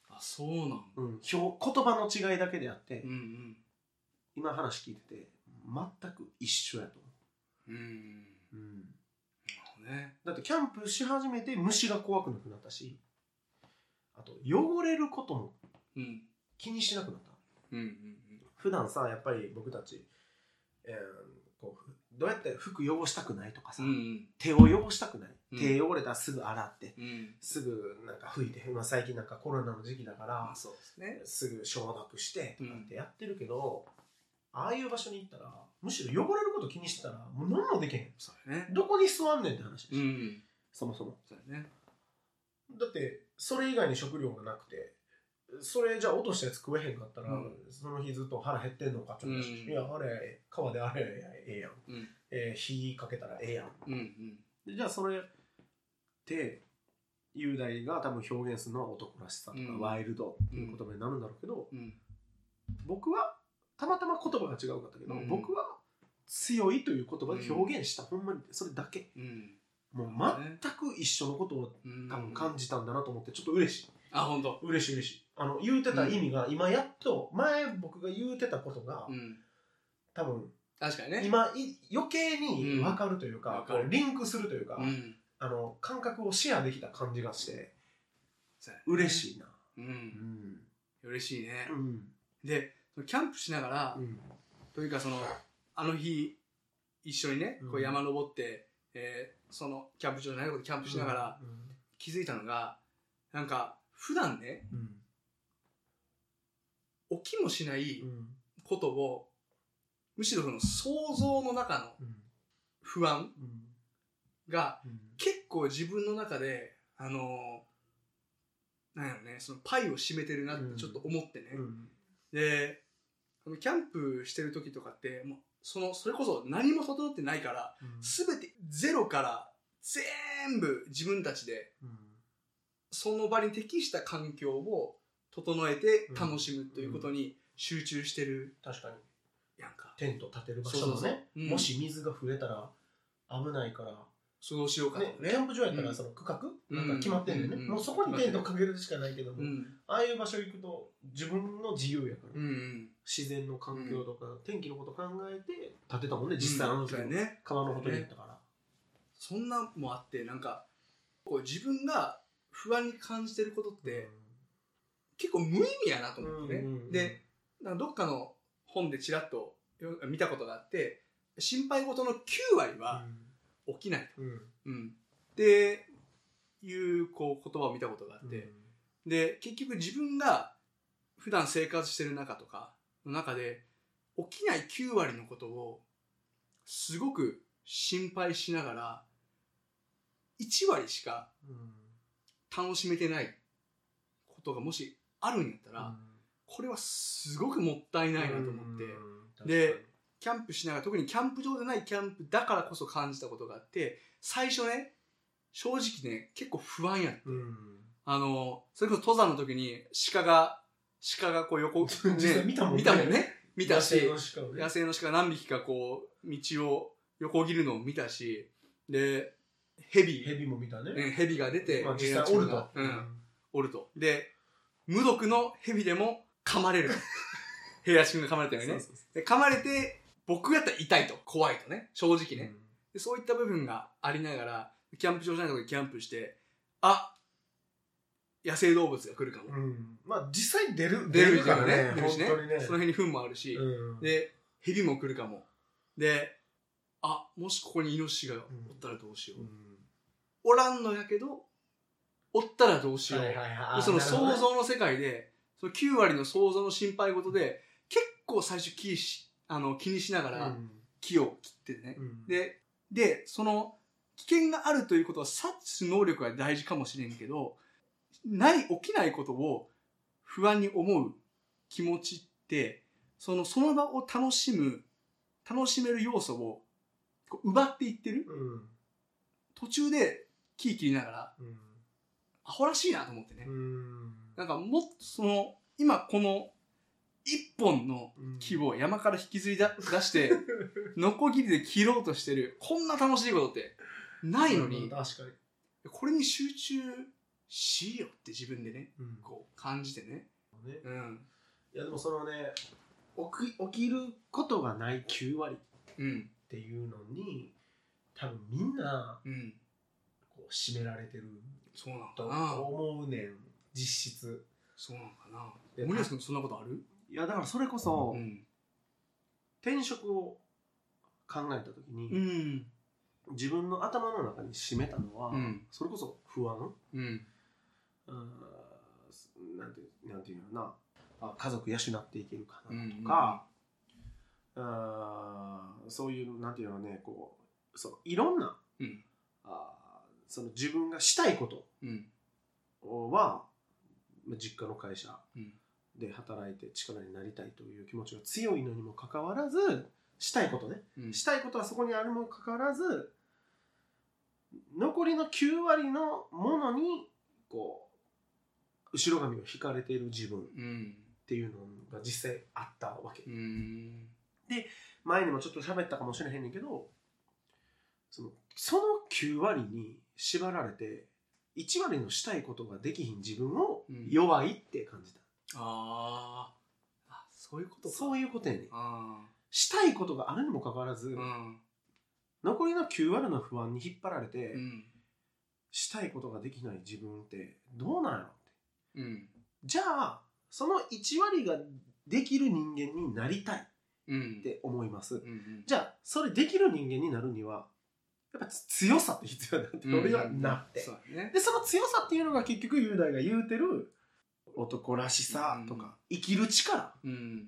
S1: あそうなんだ
S2: うん、表言葉の違いだけであって、
S1: うん
S2: 今話聞いてて全く一緒やと思
S1: うんうんな
S2: う、
S1: るほどね
S2: だってキャンプし始めて虫が怖くなくなったしあと汚れることも
S1: うん
S2: 気にしなくなった
S1: うん
S2: 普段さやっぱり僕たち、えーこうどうやって服汚したくないとか
S1: う
S2: さ、
S1: んうん
S2: 手を汚したくない、
S1: うん
S2: 手汚れたらすぐ洗って
S1: うんうん
S2: すぐなんか拭いて、まあ、最近なんかコロナの時期だから
S1: あそうですね
S2: すぐ消毒してとかってやってるけど、ああいう場所に行ったらむしろ汚れること気にしてたらもう何もできへ
S1: そうやね
S2: んどこに座んねんって話だし、
S1: うん
S2: そもそも
S1: そうやね
S3: だってそれ以外に食料がなくてそれじゃあ落としたやつ食えへんかったら、
S1: うん
S3: その日ずっと腹減ってんのかって話でしょ
S1: うん
S3: いやあれ川であれええやん、
S1: うん
S3: えー火かけたらええやん
S1: うんうん
S2: でじゃあそれって雄大が多分表現するのは男らしさとか、
S1: うん
S2: ワイルドっていう言葉になるんだろうけど、
S1: うん
S2: 僕はたまたま言葉が違うかったけど、
S1: うん
S2: 僕は強いという言葉で表現した、ほんまにそれだけ
S1: うん
S2: もう
S1: ね
S2: 全く一緒のことを
S1: うん
S2: 多分感じたんだなと思ってちょっと嬉しい
S1: あ本当
S2: 嬉しい嬉しいあの言うてた意味が今やっと前僕が言うてたことが
S1: うん
S2: 多分
S1: 確かにね
S2: 今い余計に分かるという
S1: うん
S2: か
S1: わ、か
S2: こ
S1: る
S2: うリンクするというか、
S1: うん
S2: あの感覚をシェアできた感じがして
S1: そうやね
S2: 嬉しいな
S1: う
S2: うんん
S1: 嬉しいね
S2: うん
S1: でそのキャンプしながら
S2: うん
S1: というかそのあの日一緒にねこ
S2: う
S1: うん山登って、えーそのキャンプ場じゃないことキャンプしながら気づいたのがなんか普段ね
S2: うん
S1: 起きもしない
S2: うんうん
S1: ことをむしろその想像の中の
S2: うん
S1: 不安
S2: うん
S1: が
S2: うん
S1: 結構自分の中であのーなんやろねそのパイを占めてるなってちょっと思ってね、
S2: うん
S1: でこのキャンプしてる時とかってもうそのそれこそ何も整ってないから
S2: うん
S1: 全てゼロから全部自分たちでその場に適した環境を整えて楽しむということに集中してる
S2: 確かに
S1: やんか、
S2: テント立てる場所も
S1: そうそう
S2: ね
S1: そううん
S2: もし水が増えたら危ないから、
S1: そうしようかと
S2: ね
S1: か
S2: キャ
S1: ね
S2: ンプ場やった
S1: う
S2: ら
S1: ん
S2: その区画、
S1: うん
S2: なんか決まってんだよね、
S1: うん
S2: もうそこにテントかけるしかないけども、
S1: うん
S2: ああいう場所行くと自分の自由やから、
S1: うんうん
S2: 自然の環境とか、天気のこと考えて建てたもんね実際あ
S1: うん
S2: の時
S1: そう
S2: も、
S1: やね
S2: 川のことに行ったから、
S1: そんなもあってなんかこう自分が不安に感じてることって結構無意味やなと思ってね、
S2: うんうんうん
S1: でなんかどっかの本でちらっとよ見たことがあって心配事の9割は起きない
S2: うんうん
S1: うん、っていうこう言葉を見たことがあって、で結局自分が普段生活してる中とかの中で起きない9割のことをすごく心配しながら1割しか
S2: うん
S1: 楽しめてないことがもしあるんやったら、
S2: う
S1: これはすごくもったい
S2: ん
S1: ないなと思って、
S2: うん
S1: でキャンプしながら特にキャンプ場でないキャンプだからこそ感じたことがあって最初ね正直ね結構不安やった
S2: うん
S1: あのそれこそ登山の時に鹿が鹿がこう 横、ね
S2: 実際見たもん
S1: 見
S2: ね
S1: たもんね見たし
S2: 野生のしかもね
S1: 野生の鹿が何匹かこう道を横切るのを見たしでヘビ
S2: ヘビも見たね、
S1: ねヘビが出て、
S2: まあ、実際おる
S1: 平
S2: と
S1: 地、うん、おるとで無毒のヘビでも噛ま れる平八君が噛まれたようにね
S2: そうそう
S1: で噛まれて僕やったら痛いと怖いとね正直
S2: そう
S1: ね、でそういった部分がありながらキャンプ場じゃないところでキャンプしてあ野生動物が来るかも、
S3: うんまあ実際出る
S1: 出るからね出る
S3: 本
S1: しね
S3: 当にね
S1: その辺に糞もあるし、
S3: うん
S1: でヘビも来るかもであもしここにイノシシがおったらどうしよう、
S3: うん
S1: おらんのやけどおったらどうしよう、
S3: はいはいはい
S1: でその
S3: なるほど
S1: 想
S3: ね
S1: 像の世界で、その9割の想像の心配事で、結構最初気にし、あの、気にしなが
S3: う
S1: ら
S3: ん
S1: 木を切ってね。
S3: うん
S1: で、で、その危険があるということは察知する能力が大事かもしれんけど、ない、起きないことを不安に思う気持ちって、その、その場を楽しむ、楽しめる要素をこう奪っていってる。
S3: うん
S1: 途中で木切りながら、
S3: うん
S1: アホらしいなと思ってね。
S3: うん
S1: なんかもっとその今この一本の木を山から引きずりだ出 して、ノコギリで切ろうとしてる、こんな楽しいことってないのに、
S3: 確かに。
S1: これに集中しようって自分でね、
S3: うん
S1: こう感じてね。
S3: ね
S1: うん。
S3: いやでもそのね、
S2: 起き起きることがない9割っ
S1: うん。
S2: ていうのに多分みんな
S1: うん。
S2: こう締められてる
S1: そうなん
S2: と
S1: だな。
S2: 思うねん実質
S1: そうなんか
S2: で
S1: な。森保君そんなことある
S2: いやだからそれこそ、
S1: ん。
S2: 転職を考えた時に、
S1: うん。
S2: 自分の頭の中に占めたのは、
S1: うん
S2: それこそ不安
S1: うん。
S2: うんなんてなんていうのかなあ家族養っていけるか
S1: う
S2: な、
S1: ん。
S2: かあーそういうなんていうのねこうそのいろんな、
S1: うん
S2: あーその自分がしたいこと
S1: うん。
S2: はまあ実家の会社
S1: うん。
S2: で働いて力になりたいという気持ちが強いのにもかかわらずしたいことね
S1: うん
S2: したいことはそこにあるもかかわらず残りの9割のものにこう後ろ髪を引かれている自分っ
S1: うん。
S2: ていうのが実際あったわけ
S1: うん。
S2: 前にもちょっと喋ったかもしれへんねんけどそのその9割に縛られて1割のしたいことができひん自分を
S1: うん
S2: 弱いって感じた、
S1: あーあ。そういうことか。
S2: そういうことやねん
S1: あ
S2: したいことがあるにもかかわらず、
S1: あ。うん。
S2: 残りの9割の不安に引っ張られて、
S1: うん。
S2: したいことができない自分ってどうなんやろって
S1: うん。
S2: じゃあその1割ができる人間になりたいっ
S1: うん。、
S2: て思います、
S1: うん。
S2: じゃあそれできる人間になるにはやっぱつ強さって必要だって俺はなって、
S1: そうだね。
S2: でその強さっていうのが結局雄大が言うてる男らしさとか、生きる力
S1: うん。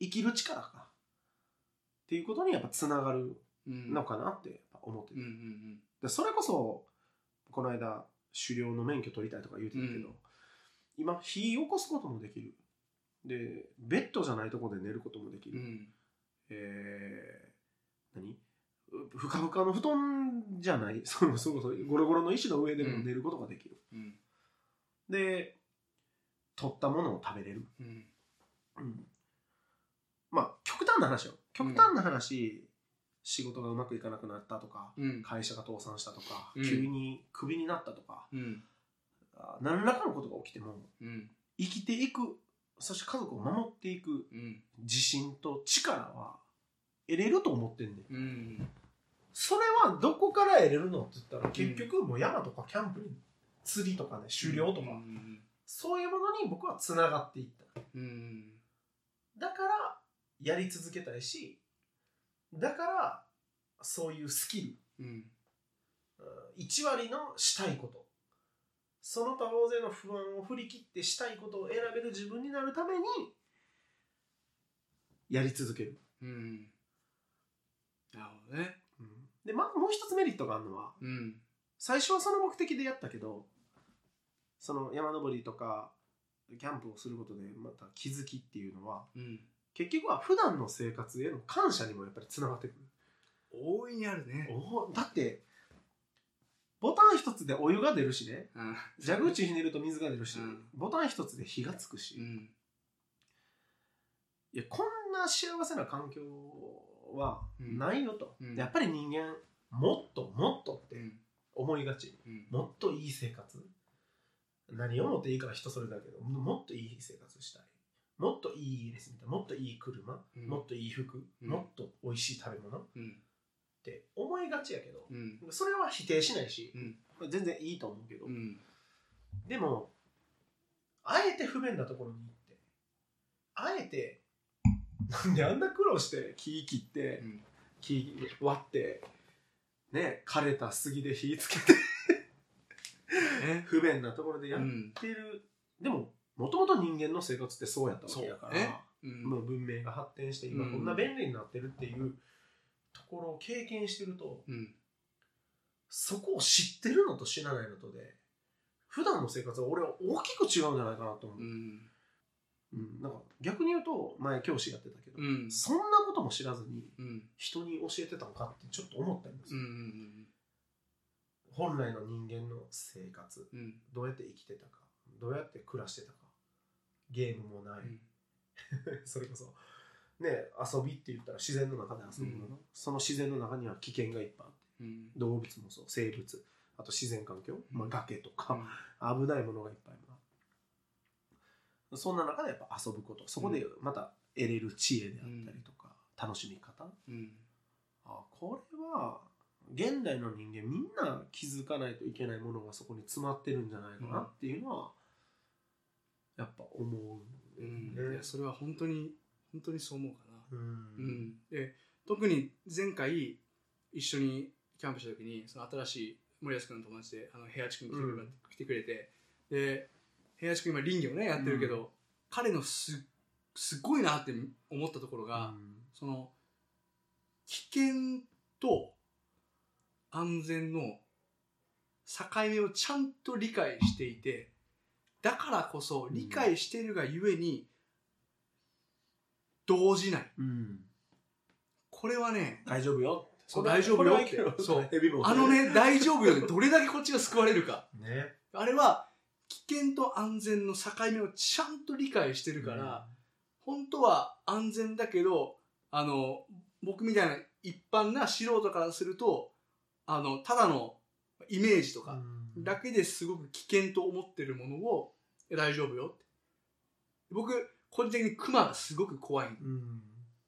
S2: 生きる力かっていうことにやっぱつながる
S1: うん。
S2: のかなってやっぱ思って
S1: うん
S2: る
S1: う、ん
S2: でそれこそこの間狩猟の免許取りたいとか言うてたけど、
S1: うん
S2: 今火起こすこともできるでベッドじゃないところで寝ることもでき
S1: うん。う
S2: る、
S1: ん。
S2: えー何うふかふかの布団じゃない そのそうそうゴロゴロの石の上でも寝ることができる、
S1: うん。
S2: で取ったものを食べれる、
S1: うん。
S2: うんまあ極端な話よ極端な話、仕事がうまくいかなくなったとか、
S1: うん。
S2: 会社が倒産したとか、
S1: うん
S2: 急にクビになったとか
S1: うん。
S2: あ何らかのことが起きても
S1: うん。
S2: 生きていくそして家族を守っていく
S1: うん。
S2: 自信と力は得れると思ってんねん
S1: うん。
S2: それは
S3: どこから得れるのって言ったら、結局もう山とかキャンプに釣りとかね、狩猟とか、
S1: うん。
S2: そういうものに僕はつながっていった
S1: うん。
S2: だから
S3: やり続けたいし、だから、そういうスキル
S1: うん。
S3: 1割のしたいことその他大勢の不安を振り切ってしたいことを選べる自分になるために
S2: やり続ける、
S1: うん。なるほどね。
S2: でまあもう一つメリットがあるのは
S1: うん。
S2: 最初はその目的でやったけどその山登りとかキャンプをすることでまた気づきっていうのは
S1: うん。
S2: 結局は普段の生活への感謝にもやっぱりつながってく
S1: 大いにあるね
S2: る。おだってボタン一つでお湯が出るしね
S1: うん。
S2: 蛇口ひねると水が出るし、
S1: うん
S2: ボタン一つで火がつくし、
S1: う
S2: い
S1: ん。
S2: やこんな幸せな環境はないよと、
S1: うん
S2: やっぱり人間もっともっとっ
S1: う
S2: て
S1: ん。
S2: 思いがち
S1: うん。
S2: もっといい生活何をもっていいかは人それぞれだけどもっといい生活したいもっといい家ですみたいなもっといい車、
S1: うん
S2: もっといい服、
S1: うん
S2: もっと美味しい食べ物っ
S1: うん。
S2: て思いがちやけど
S1: うん。
S2: それは否定しないし
S1: うん。
S2: 全然いいと思うけど、
S1: うん。
S2: でもあえて不便なところに行ってあえてなんであんな苦労して木切って
S1: うん
S2: 木割ってね枯れた杉で火つけて
S1: ね。
S2: 不便なところでや
S1: う
S2: っ
S1: ん。
S2: ってるでももともと人間の生活ってそうやったわけだから
S1: そうねうん。
S2: もう文明が発展して今
S1: うん
S2: こんな便利になってるっていうところを経験してると
S1: うん。
S2: そこを知ってるのと知らないのとで普段の生活は俺は大きく違うんじゃないかなと思う、
S1: うん。
S2: うんなんか逆に言うと前教師やってたけど、
S1: うん。
S2: そんなことも知らずに
S1: うん。
S2: 人に教えてたのかってちょっと思ったんです
S1: う
S2: よ、
S1: ん。
S2: 本来の人間の生活
S1: うん。
S2: どうやって生きてたかどうやって暮らしてたかゲームもない、
S3: それこそ。ね、遊びって言ったら自然の中で遊ぶもの、
S1: う
S2: その自然の中には危険がいっぱいあって
S1: うん
S2: 動物もそう生物あと自然環境、まあ、崖とか、
S1: うん
S2: 危ないものがいっぱいあるそんな中でやっぱ遊ぶことそこでまた得れる知恵であったりとか、楽しみ方
S1: うん
S2: あこれは現代の人間みんな気づかないといけないものがそこに詰まってるんじゃないかなっていうのは、やっぱ思う、
S1: うんいやそれは本当に本当にそう思うかな
S3: うん
S1: うん、で特に前回一緒にキャンプした時にその新しい森保君の友達であの平八君来てくれ,、
S3: うん
S1: 来てくれてで平八君今林業ねやってるけど、彼のすすごいなって思ったところが、その危険と安全の境目をちゃんと理解していてだからこそ理解しているがゆえに動じない
S2: うんうん
S1: これはね
S2: 大丈夫よ
S1: そう
S2: これ
S1: 大丈夫よ
S2: これはいける
S1: そう
S2: ヘビも
S1: あのね大丈夫よでどれだけこっちが救われるか
S3: ね。
S1: あれは危険と安全の境目をちゃんと理解してるから、本当は安全だけどあの僕みたいな一般な素人からするとあのただのイメージと
S3: う
S1: か
S3: ん、
S1: だけですごく危険と思ってるものをいや大丈夫よって僕個人的にクマがすごく怖いんで
S3: うん。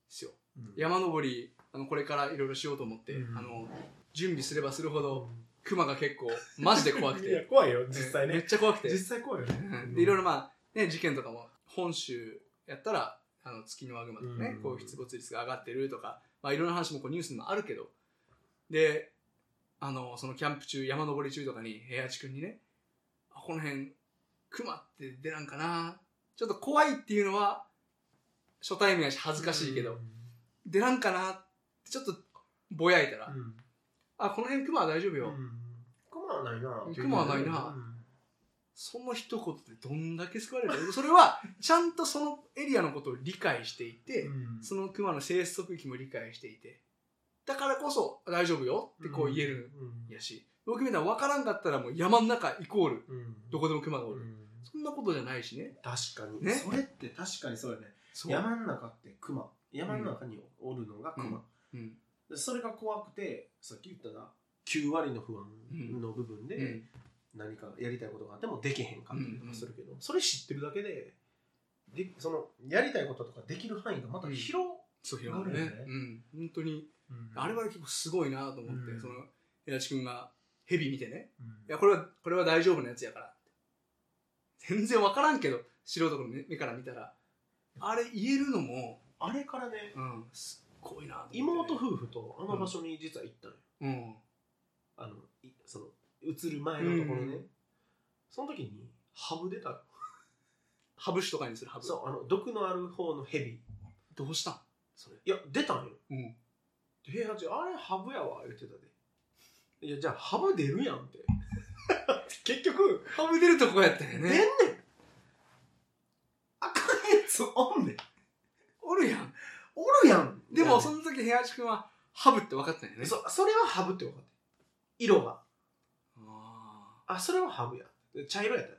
S1: すよ
S3: うん、
S1: 山登りあのこれからいろいろしようと思って、
S3: うん
S1: あの準備すればするほど
S3: うん
S1: クマが結構マジで怖く
S3: いや
S1: て
S3: 怖いよ、 実際
S1: めっ
S3: ね。
S1: ちゃ怖くて
S3: 実際怖いよね
S1: う。んでいろいろまあ、ね、事件とかも本州やったらあの月のワグマとかね、
S3: うん
S1: こう出没率が上がってるとか、まあ、いろんな話もこうニュースにもあるけどであのそのキャンプ中山登り中とかに平八君にねあこの辺クマって出らんかなちょっと怖いっていうのは初対面やし恥ずかしいけど、出らんかなってちょっとぼやいたら、
S3: うん。
S1: あこの辺クマは大丈夫
S3: う
S1: よ、
S3: ん。雲はないな。
S1: 雲はないなその一言でどんだけ救われるのそ れはちゃんとそのエリアのことを理解していて、
S3: うん。
S1: その熊の生息域も理解していてだからこそ大丈夫よってこう言える
S3: うん。
S1: んやし、僕みたいな分からんかったらもう山の中イコール
S3: うん。
S1: どこでも熊がお
S3: う
S1: る、
S3: ん
S1: そんなことじゃないしね
S2: 確かに、
S1: ね
S2: それって確かにそうよね
S1: そう
S2: 山の中ってクマ山の中におるのがクマ、
S1: うん
S2: でそれが怖くてさっき言ったな9割の不安の部分で、
S1: うん
S2: 何かやりたいことがあってもできへんかったりと
S1: うんう
S2: か
S1: ん
S2: するけど、それ知ってるだけででそのやりたいこととかできる範囲がまた広
S1: そう広がる
S3: な
S1: ね
S3: るよね
S1: うん本当に
S3: うん
S1: あれは結構すごいなと思って、
S3: うん
S1: その平地君がヘビ見てね
S3: うん
S1: いや、これは、これは大丈夫なやつやから。全然わからんけど、素人の目目から見たら。あれ言えるのも、
S2: あれからね
S1: うん、すっごいなと思ってね
S2: 妹夫婦とあの場所に実は行ったのよ、
S1: うん。
S2: あのいその移る前のところね、
S1: うん
S2: その時にハブ出たの
S1: ハブ酒とかにするハブ。
S2: そうあの毒のある方のヘビ
S1: どうしたんそれ。
S2: いや出たんよ
S1: うん。
S2: で平八あれハブやわ言ってたでいやじゃあハブ出るやんって 結局
S1: ハブ出るとこやったよ
S2: 出んねん
S1: ね。
S2: あかんやつおんねん
S1: おるやん。
S2: おるやん
S1: でも、
S2: そ
S1: その時、平地君は、ハブって分かったよね。
S2: そそれはハブって分かって色が
S1: あ
S2: あそれはハブやで茶色やったよ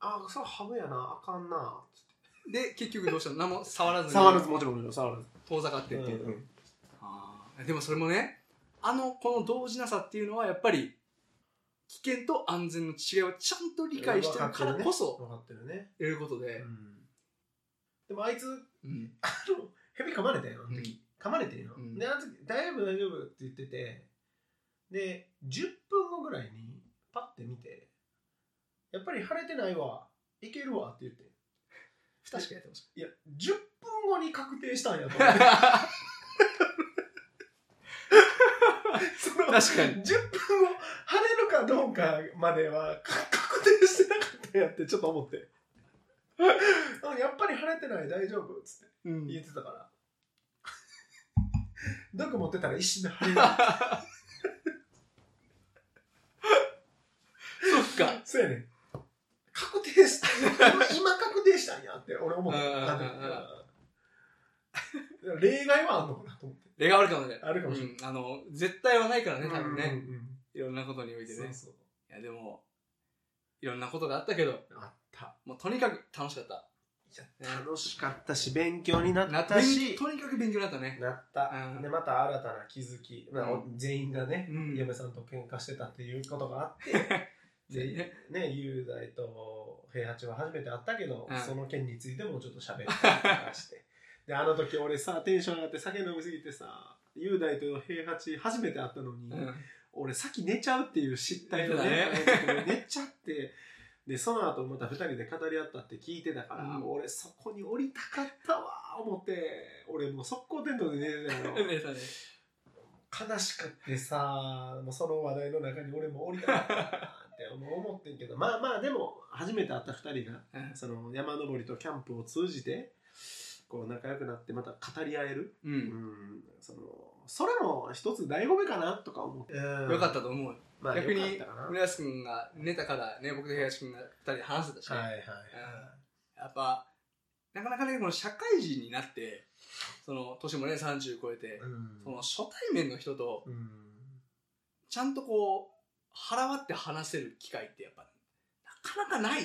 S2: あそれはハブやなあかんなつって
S1: ーで、結局どうしたの何も触らずに。
S2: もちろん触らず
S1: 遠ざかってって。
S2: うんうん
S1: あーでもそれもねあのこの動じなさっていうのはやっぱり危険と安全の違いをちゃんと理解してるからこそ
S3: 分かってるね。
S1: やること
S3: う
S1: で、
S3: ん。でもあいつ、
S1: うん
S3: あの、ヘビ噛まれたよ、あ
S1: う
S3: の
S1: ん
S3: 時。噛まれてるよ。
S1: うん
S3: で、あの時、大丈夫、大丈夫って言ってて、で、10分後ぐらいに、パッて見て、やっぱり腫れてないわ、いけるわって言って。
S1: 不確かやってまし
S3: いや、10分後に確定したんやと思 って。
S1: た
S3: その
S1: 確かに
S3: 10分後晴れるかどうかまではか確定してなかったんやってちょっと思ってあやっぱり晴れてない大丈夫っつって
S1: うん
S3: 言ってたから毒持ってたら一瞬で晴れる
S1: そっ か
S3: そうやねん確定した今確定したんやって俺思った
S1: うん
S3: なんか例外はあんのかなと思って
S1: 例があるかもね
S3: あるかもしれ
S1: うん、あの絶対はないからね多分ね、
S3: うんうんうん
S1: いろんなことにおいて
S3: そ
S1: ね
S3: うそう
S1: いやでもいろんなことがあったけど
S3: あった
S1: もうとにかく楽しかった
S7: 楽しかったし、勉強にな
S1: な
S7: っ
S1: った
S7: た
S1: し
S7: し、
S1: とにかく勉強になったね
S2: なった、
S1: うん
S2: でまた新たな気づき、まあ
S1: う
S2: 全員がね、
S1: うん
S2: 嫁さんと喧嘩してたっていうことがあ ってで
S1: ね
S2: ね雄大と平八は初めて会ったけど、
S1: うん
S2: その件についてもちょっと喋ったりとかして であの時俺さテンション上がって酒飲みすぎてさ雄大と平八初めて会ったのに、
S1: うん
S2: 俺先寝ちゃうっていう失態をね
S1: 寝
S2: 寝ちゃってでその後また2人で語り合ったって聞いてたから、
S1: うん
S2: 俺そこに降りたかったわ思って俺もう速攻テントで寝てたよ
S1: ねそうね
S2: 悲しくってさもうその話題の中に俺も降りたかったなって思ってんけどまあまあでも初めて会った2人がその山登りとキャンプを通じてこう仲良くなってまた語り合える、
S1: う
S2: うんん、そのそれも一つ醍醐味かなとか思って、、
S1: よかったたと思うよ
S2: まあ、
S1: 逆
S2: よかっ
S1: に
S2: たかな
S1: 村安君が寝たからね僕と東君が2人で話せたしね、
S2: はいはい
S1: やっぱなかなかねこの社会人になってその年もね30超えて、その初対面の人と
S2: うん、
S1: ちゃんとこう腹割って話せる機会ってやっぱなかなかない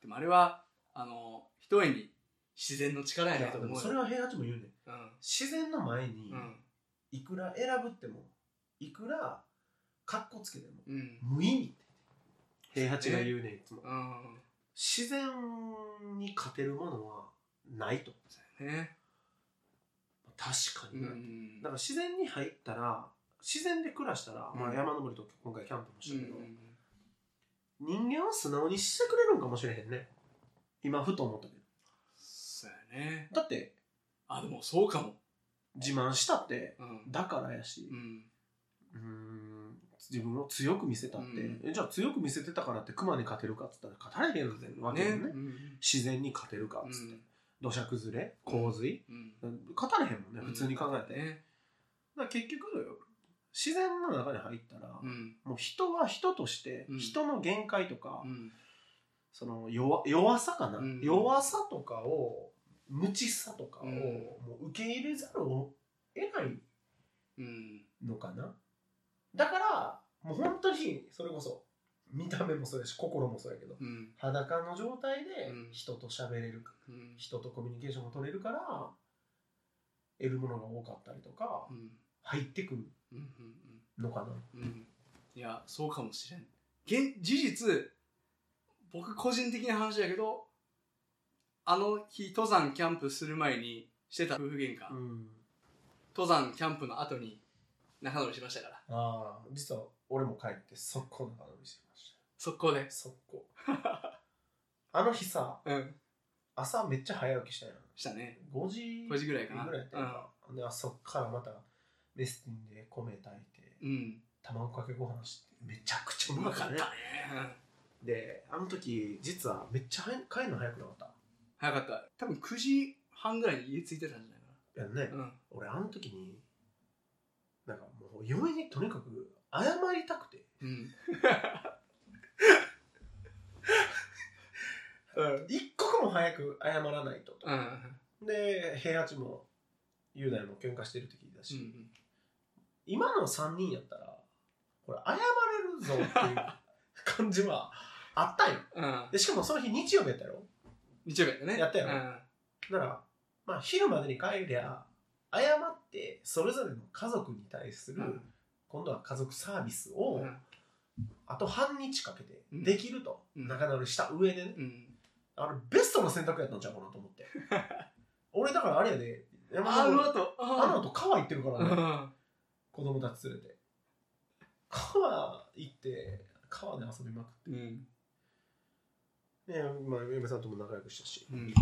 S1: でもあれはあのひとえに自然の力や
S2: い
S1: な
S2: や
S1: と
S2: で
S1: 思う
S2: も
S1: よ
S2: それは平八も言うねん
S1: うん
S2: 自然の前に
S1: うん
S2: いくら選ぶってもいくらかっこつけても
S1: うん
S2: 無意味って
S7: 平八が言うね、いつも。
S1: うん
S2: 自然に勝てるものはないと
S1: そうやね
S2: 確か
S1: う
S2: にな、
S1: ん
S2: だから自然に入ったら自然で暮らしたら、
S1: うん
S2: まあ、山登りと今回キャンプもしたけど、
S1: うん
S2: 人間は素直にしてくれるんかもしれへんね今ふと思ったけど
S1: そうやね
S7: だって、
S1: あでもそうかも
S2: 自慢したって
S1: うん
S7: だからやし
S1: う、ん
S7: うーん、自分を強く見せたって、
S1: うん
S7: えじゃあ強く見せてたからって熊に勝てるかっつったら勝たれへんわけ
S1: ね
S7: よね
S1: うん
S7: 自然に勝てるかっつって、土砂崩れ洪水、
S1: うん
S7: 勝たれへんもんね
S1: うん
S7: 普通に考えて、だか
S1: ね
S7: ら結局だよ自然の中に入ったら、
S1: うん
S7: もう人は人として、
S1: うん
S7: 人の限界とか、
S1: うん
S7: その弱弱さかな、
S1: うん
S2: 弱さとかを無知さとかを
S1: うん
S2: もう受け入れざるを得ない
S1: うん
S2: のかなだからもう本当にそれこそ見た目もそうやし心もそうやけど
S1: うん
S2: 裸の状態で
S1: うん
S2: 人と喋れる、
S1: うん
S2: 人とコミュニケーションが取れるから得るものが多かったりとか
S1: うん
S2: 入ってくる
S1: うん
S2: のかな
S1: うんうんいやそうかもしれん現事実僕個人的な話だけどあの日登山キャンプする前にしてた夫婦喧嘩、
S2: ん
S1: 登山キャンプの後に仲直りしましたから
S2: ああ実は俺も帰って速攻の話してまし
S1: 速攻で
S2: た速 攻あの日さ
S1: うん
S2: 朝めっちゃ早起きしたやん
S1: したね
S2: 5時
S1: 5時ぐらいかな
S2: ぐらいやったやんか、であそっからまたメスティンで米炊いて
S1: うん
S2: 卵かけご飯してめちゃくちゃ
S1: う
S2: うま
S1: ま
S2: か
S1: か
S2: っ
S1: ったた
S2: ね
S1: ね
S2: であの時実はめっちゃ早帰るの早くなかっ
S1: 早かった多分9時半ぐらいに家着いてたんじゃない
S2: たやんね、
S1: かなうん
S2: 俺あの時になんかもう嫁にとにかく謝りたくて
S1: うん
S2: 一刻も早く謝らないと
S1: うん
S2: で平八も雄大も喧嘩してるって聞いたし、
S1: うん
S2: 今の3人やったらこれ謝れるぞっていう感じはあったんよ
S1: うん
S2: でしかもその日日曜日やったやろ
S1: 日曜日やったね
S2: やったよ
S1: うん
S2: だからまあ昼までに帰りゃ謝ってそれぞれの家族に対する、
S1: うん
S2: 今度は家族サービスを、
S1: うん
S2: あと半日かけて
S1: うん
S2: できると、
S1: うん
S2: 仲直りした上でね
S1: うん
S2: あれベストの選択やったんちゃうかな と思って俺だからあれやで山
S1: あ
S2: 田
S1: の
S2: の
S1: 後
S2: あの後川行ってるからね、
S1: うん
S2: 子供たち連れて川行って川で遊びま
S1: う
S2: く
S1: ん
S2: ってねまあ嫁さんとも仲良くしたし
S1: うん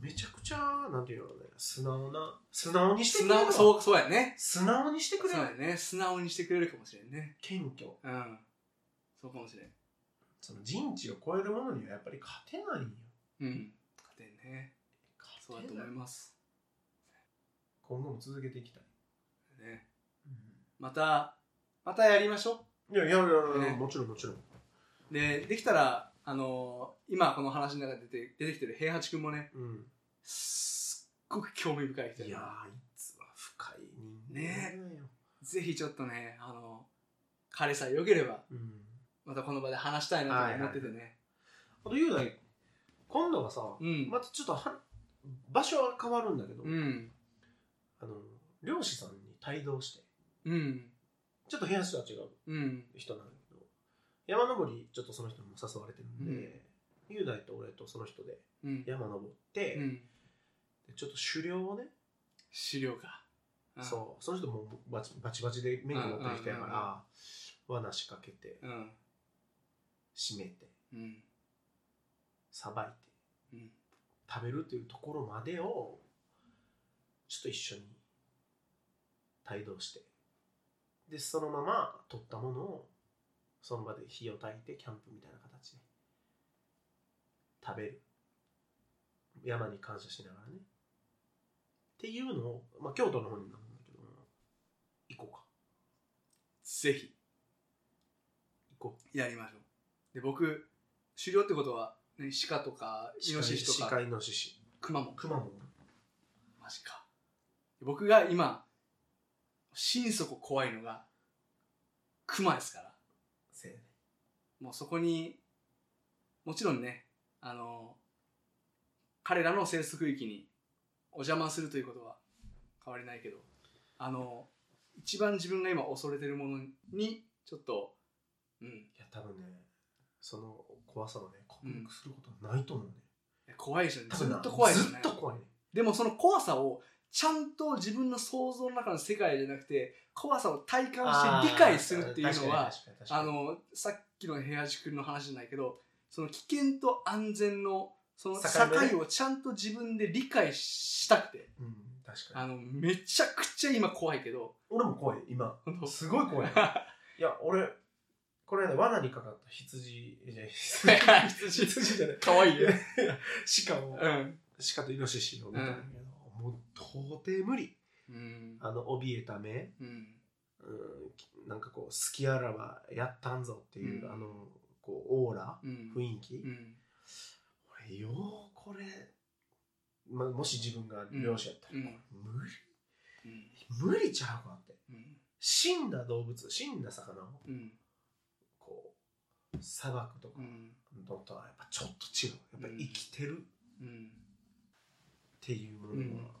S2: めちゃくちゃなんていうのね素直な素直にして
S1: 素
S2: くれる
S1: 直
S2: わ
S1: そうそうやね
S2: 素直にしてく
S1: そう
S2: れ
S1: や
S2: る
S1: ね素直にしてくれるかもしれんね
S2: 謙虚
S1: うんそうかもしれん
S2: その人知を超えるものにはやっぱり勝てないよ
S1: うん勝てんねそうだ
S2: 勝て
S1: と
S2: な
S1: 思
S2: い
S1: います
S2: 今後も続けていきたい、
S1: ねまたまたやりましょう
S2: いやいやいやいや、
S1: ね
S2: もちろんもちろん
S1: でできたらあのー今この話の中で出て出てきてる平八くんもね
S2: うん
S1: すっごく興味深い人
S2: いや
S1: や
S2: ーいつは深い人間だよ、
S1: ぜひちょっとねあの彼さえ良ければ
S2: うん、
S1: またこの場で話したいなと思っててね、
S2: あと雄大今度はさ、
S1: うん。
S2: またちょっとは場所は変わるんだけど、
S1: うん。
S2: あの漁師さんに帯同して
S1: うん。
S2: ちょっと部屋数は違う
S1: うん。
S2: 人なんだけど山登りちょっとその人にも誘われてるんで、雄大と俺とその人で
S1: うん。
S2: 山登って、
S1: うん。
S2: でちょっと狩猟をね
S1: 資料か。
S2: そうその人もバチバチバチで免許持ってる人やか
S1: うんうん
S2: ら罠仕掛けて
S1: う。うん。
S2: 締めて
S1: うん。
S2: さばいて
S1: うん。
S2: 食べるというところまでをちょっと一緒に帯同してでそのまま取ったものをその場で火を焚いてキャンプみたいな形で食べる山に感謝しながらねっていうのを、まあ、京都の方になるんだけど行こうか
S1: ぜひ、
S2: 行こう
S1: やりましょう。で、僕、狩猟ってことは、ね、鹿とか、イノシシと
S2: 鹿
S1: か、
S2: イノシシ
S1: 熊も。
S2: 熊も
S1: マジか。僕が今、心底怖いのが、熊ですから。
S2: せやね
S1: もうそこに、もちろんね、あの、彼らの生息域にお邪魔するということは変わりないけど、あの、一番自分が今恐れてるものに、ちょっと、うん、
S2: いや多分ねその怖さをね克服することはないと思うね、
S1: 怖いでしょ、
S2: 多
S1: ず
S2: 分
S1: っ
S2: な
S1: と怖いで
S2: ず
S1: すよね
S2: っ。と怖いね
S1: でもその怖さを、ちゃんと自分の想像の中の世界じゃなくて、怖さを体感して理解するっていうのは、あ
S2: あの
S1: のさっきの部屋塾の話じゃないけどその危険と安全のその境
S2: 境目ね
S1: をちゃんと自分で理解したくて
S2: うん確かに
S1: あのめちゃくちゃ今怖いけど
S2: 俺も怖い今
S1: 本当
S2: すごい 怖いいや俺これね罠にかかった羊じゃない
S1: 羊
S2: 羊じゃない
S1: かわいい よ、
S2: 鹿を
S1: うん
S2: 鹿とイノシシを見たんだけど、もう到底無理
S1: うん
S2: あの怯えた目
S1: うん
S2: うんきなんかこう好きあらばやったんぞっていう、
S1: うん
S2: あのこうオーラ
S1: うん
S2: 雰囲気、
S1: うん
S2: 俺ようこれ、まあ、もし自分が漁師やったら、
S1: うん
S2: これ無理
S1: うん
S2: 無理ちゃうかって
S1: うん
S2: 死んだ動物死んだ魚を
S1: うん
S2: こう砂漠とか
S1: うん
S2: のとはやっぱちょっと違うやっぱり生きてる
S1: うん
S2: っていうものは、
S1: うん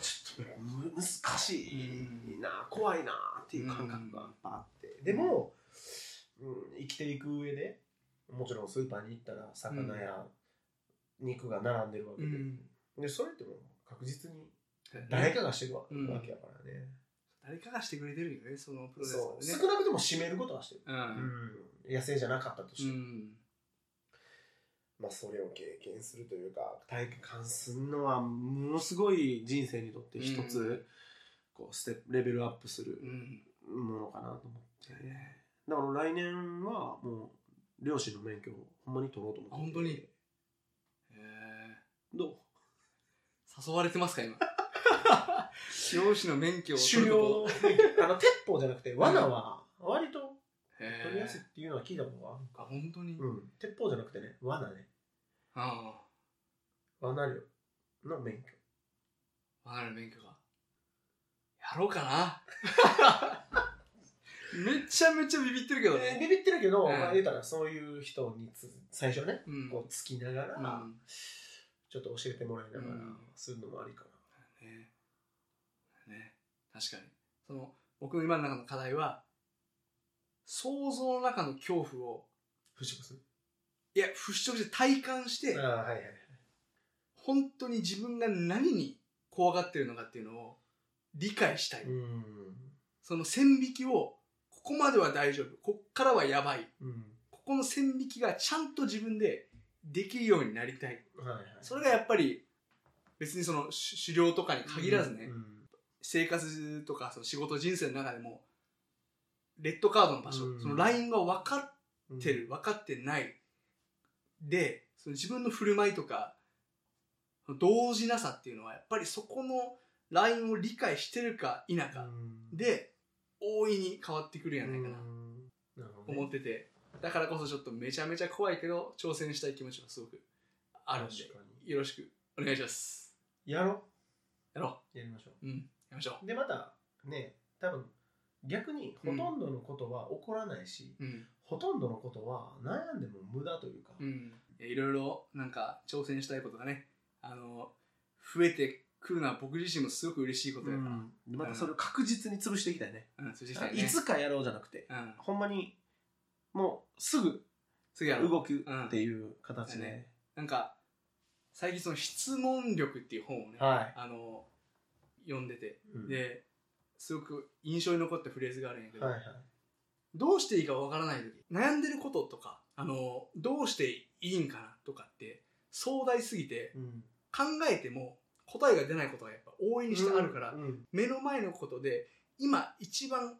S2: ちょっとむ難しいな、怖いなっていう感覚がやっぱあって、
S1: ん
S2: でも、うん、生きていく上でもちろんスーパーに行ったら魚や肉が並んでるわけで,、
S1: うん
S2: でそれってもう確実に誰かがしてるわ,、
S1: うん
S2: わけやからね
S1: 誰かがしてくれてるよねそのプロセス
S2: そ
S1: を
S2: う
S1: ね
S2: 少なくとも締めることはしてる、
S1: う
S2: うんん野生じゃなかったとして
S1: う
S2: も、
S1: ん
S2: まあ、それを経験するというか体感するのはものすごい人生にとって一つ、
S1: うん
S2: こうステップレベルアップする
S1: うん
S2: ものかなと思って、だから来年はもう漁師の免許をほんまに取ろうと思って
S1: あ本当にえ
S2: どう
S1: ー誘われてますか 今漁師の免許を取
S2: 狩
S1: る
S2: 猟
S1: こと
S2: の免 許あの鉄砲じゃなくて罠は割と
S1: へー
S2: 取りやすいっていうのは聞いたことがある
S1: あ本当に、あ
S2: うん鉄砲じゃなくてね罠ね
S1: あ
S2: 罠漁の免許
S1: 罠の免許がやろうかな めちゃめちゃビビってるけど
S2: えー
S1: ね、
S2: ビビってるけど、
S1: うん
S2: まあ、言うたらそういう人につ最初ね
S1: うん
S2: こうつきながら、
S1: うん
S2: ちょっと教えてもらいながら
S1: うん
S2: するのもありか
S1: ねね確かにその僕の今の中の課題は想像の中の恐怖を
S2: な払拭する
S1: いや払拭して体感して、
S2: ああはいはい
S1: 本当に自分が何に怖がってるのかっていうのを理解したい、
S2: うん
S1: その線引きをここまでは大丈夫こっからはやばい
S2: うん
S1: ここの線引きがちゃんと自分でできるようになりたい
S2: はいはい
S1: それがやっぱり別にそのし狩猟とかに限らずね、
S2: うん
S1: 生活とかその仕事人生の中でもレッドカードの場所、
S2: うん
S1: そのラインが分かっ
S2: うん
S1: てる分かってないでその自分の振る舞いとかその動じなさっていうのはやっぱりそこのラインを理解してるか否
S2: う
S1: か
S2: ん
S1: で大いに変わってくるんやないかな
S2: うんなるほどね
S1: 思っててだからこそちょっとめちゃめちゃ怖いけど挑戦したい気持ちはすごくあるんで
S2: 確かに
S1: よろしくお願いします
S2: やろ
S1: やろ
S2: うやりましょ
S1: ううんやりましょ
S2: うでまたね多分逆にほとんどのことは起こらないし、
S1: ううん
S2: ほとんどのことは悩んでも無駄というか、
S1: うんえーいろいろなんか挑戦したいことがね、あの、増えてくるのは僕自身もすごく嬉しいこと
S2: う
S1: やから、
S2: ん、またそれを確実に潰していきたいね、
S1: うん、通じてきたいね。
S2: いつかやろうじゃなくて
S1: うん、
S2: ほんまにもうすぐ
S1: 次やろう。
S2: 動くっていう形
S1: うんだ
S2: で、
S1: なんか、最近その質問力っていう本をね、
S2: はい、
S1: あの、読んでて、
S2: うん
S1: で、すごく印象に残ったフレーズがあるんやけど、
S2: はいはい
S1: どうしていいかわからない時悩んでることとかあのどうしていいんかなとかって壮大すぎて
S2: うん
S1: 考えても答えが出ないことがやっぱ大いにしてあるから、
S2: うんうん
S1: 目の前のことで今一番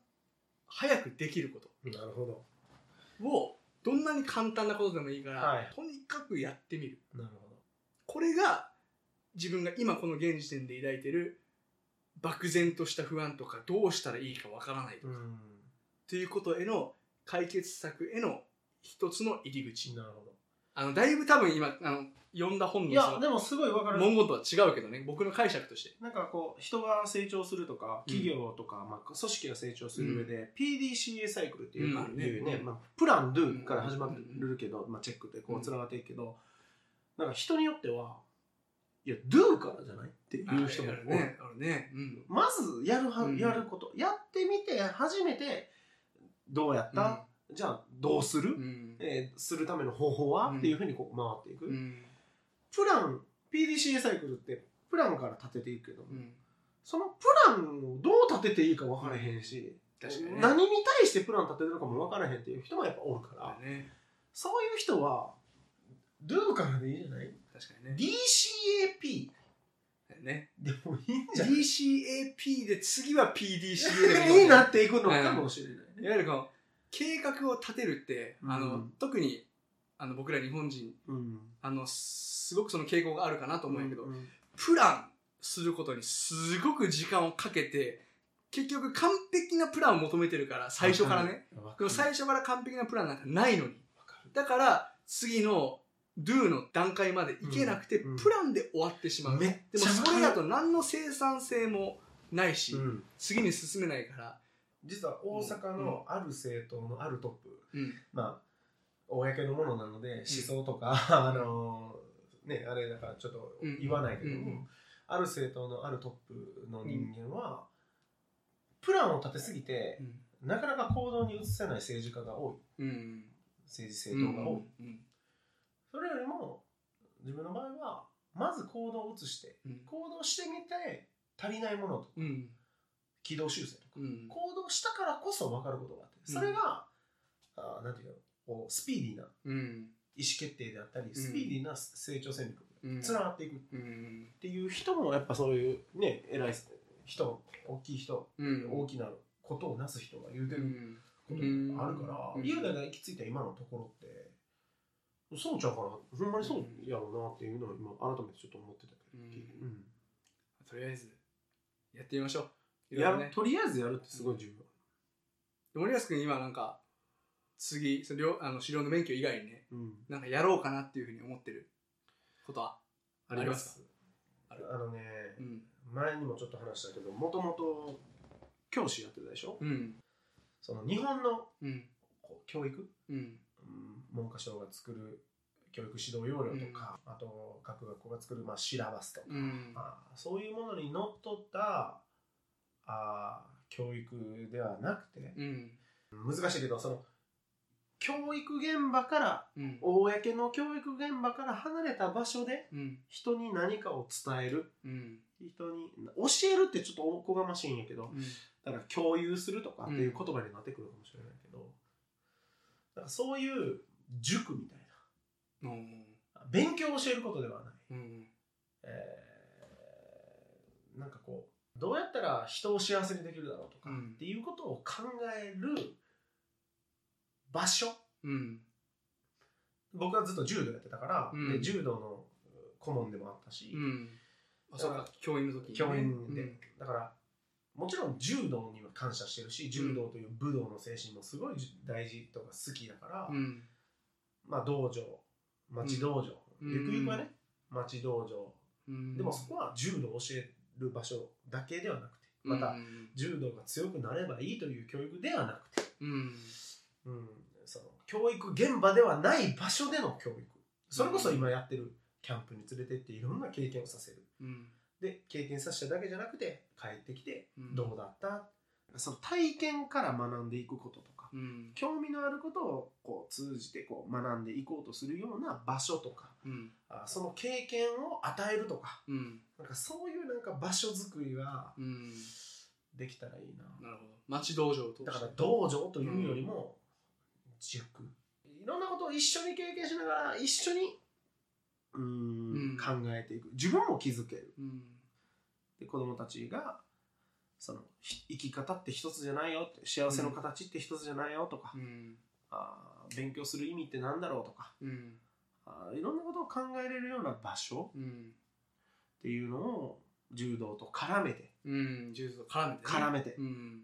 S1: 早くできること
S2: なるほど
S1: をどんなに簡単なことでもいいから、
S2: はい
S1: とにかくやってみる
S2: なるほど
S1: これが自分が今この現時点で抱いてる漠然とした不安とかどうしたらいいかわからないとか、っ
S2: うん
S1: ていうことへの解決策への一つの入り口
S2: なるほ
S1: あの、だいぶ多分今、あの、読んだ本
S2: ど
S1: の
S2: いや
S1: そ
S2: でもすごいわ
S1: の
S2: かる
S1: 文言とは違うけどね、僕の解釈として。
S2: なんかこう人が成長するとか企業とか、まあ、組織が成長する上で、PDCA サイクルっていう,、
S1: うんあるね
S2: いうね
S1: うん
S2: まあ、プランドゥから始まるけど、まあ、チェックでこうつながっていくけど、なんか人によってはいやドゥからじゃないっていう人も
S1: あるね。あるね。うん。
S2: まずやるは
S1: うん
S2: やること、やってみて初めてどうやった、じゃあどうする、
S1: うん。
S2: えーするための方法は、
S1: うん
S2: っていうふうにこう回っていく、
S1: うん。
S2: プラン PDCA サイクルってプランから立てていくけども、
S1: うん。
S2: そのプランをどう立てていいか分からへんし、
S1: 確かにね。
S2: 何に対してプラン立てるのかも分からへんっていう人もやっぱおるか
S1: だ
S2: ら、
S1: ね。
S2: そういう人は Do からでいいんじゃない
S1: 確かにね。
S2: ?DCAP
S1: だよね。
S2: でもいいんじゃない
S1: DCAP で次は PDCA
S2: になっていくのかもしれないね。
S1: いわゆるこの、計画を立てるって、あ
S2: う
S1: の
S2: ん、
S1: 特に、あの、僕ら日本人、
S2: うん
S1: あの、すごくその傾向があるかなと思うんやけど、
S2: うん
S1: プランすることにすごく時間をかけて結局完璧なプランを求めてるから最初からね、で
S2: わか
S1: も
S2: る
S1: 最初から完璧なプランなんかないのに
S2: わかる
S1: だから次の do の段階までいけなくて、
S2: うんうん
S1: プランで終わってしまう、
S2: めっ
S1: でも
S2: ちゃわかる
S1: それだと何の生産性もないし、
S2: うん
S1: 次に進めないから、
S2: 実は大阪のある政党のあるトップ、
S1: うん
S2: まあ、公のものなので思想とか、あのね、あれだからちょっと言わないけども、
S1: うんうん
S2: ある政党のあるトップの人間は、プランを立てすぎてなかなか行動に移せない政治家が多い
S1: うんうん
S2: 政治政党が多い、
S1: うん
S2: それよりも自分の場合はまず行動を移して
S1: うん
S2: 行動してみて足りないものと
S1: うん
S2: 軌道修正とか
S1: うん
S2: 行動したからこそ分かることがあってそれが、あーなんていうのこうスピーディーな
S1: うん
S2: 意思決定であったりスピーディーな成長戦略
S1: うん
S2: につながっていくっ
S1: うん
S2: ていう人もやっぱそういうね偉い人大きい人
S1: うん
S2: 大きなことをなす人が言うて
S1: う
S2: る
S1: ん
S2: ことがあるから、
S1: うん
S2: 雄大が行き着いた今のところってそうちゃうからほんまにそうやろうなっていうのを今改めてちょっと思ってたけど、
S1: うんとりあえずやってみましょう
S2: う
S1: い
S2: ん
S1: ろいろね
S2: やとりあえずやるってすごい重
S1: 森保君今なんか次その両あの狩猟の免許以外にね
S2: 要、うん、
S1: なんかやろうかなっていうふうに思ってることはあります
S2: ありますあのね、
S1: うん
S2: 前にもちょっと話したけどもともと教師やってたでしょ、
S1: うん
S2: その日本の
S1: うん
S2: こう教育
S1: うん
S2: うん文科省が作る教育指導要領とか、あと各学校が作る、まあ、シラバスとか、
S1: うん
S2: まあ、そういうものにのっとったあー教育ではなくて、
S1: うん
S2: 難しいけどその教育現場から
S1: うん
S2: 公の教育現場から離れた場所で
S1: うん
S2: 人に何かを伝える
S1: うん
S2: 人に教えるってちょっとおこがましいんやけど、だから共有するとかっていう言葉になってくるかもしれないけど、なんかそういう塾みたい
S1: うん
S2: な勉強を教えることではない、
S1: うん
S2: えーなんかこうどうやったら人を幸せにできるだろうとか、
S1: うん
S2: っていうことを考える場所
S1: うん
S2: 僕はずっと柔道やってたから、
S1: うん
S2: で柔道の顧問でもあったし、
S1: うんあそうか教員の時にね
S2: 教員で、
S1: うん
S2: だからもちろん柔道には感謝してるし柔道という武道の精神もすごい大事とか好きだから、
S1: うん
S2: まあ、道場町道場、
S1: うん
S2: ゆくゆくはね町道場、
S1: うん
S2: でもそこは柔道を教える場所だけではなくてま
S1: う
S2: た
S1: ん
S2: 柔道が強くなればいいという教育ではなくて、
S1: うん
S2: うん、その教育現場ではない場所での教育それこそ今やってるキャンプに連れてっていろんな経験をさせる
S1: うん
S2: で経験させただけじゃなくて帰ってきて
S1: うん
S2: どうだった、その体験から学んでいくこととか
S1: うん
S2: 興味のあることをこう通じてこう学んでいこうとするような場所とか
S1: うん
S2: あその経験を与えるとか
S1: うん
S2: なんかそういうなんか場所作りは
S1: うん
S2: できたらいいな、
S1: なるほど町道場を通して
S2: だから道場というよりも塾、いろんなことを一緒に経験しながら一緒にうーん
S1: うん
S2: 考えていく自分も気づける
S1: うん
S2: で子供たちがそのひ生き方って一つじゃないよって幸せの形って一つじゃないよとか、
S1: うん
S2: あー勉強する意味ってなんだろうとか
S1: うん
S2: あーいろんなことを考えれるような場所
S1: うん
S2: っていうのを柔道と絡めて
S1: うん柔道絡めてね
S2: 絡めて
S1: うん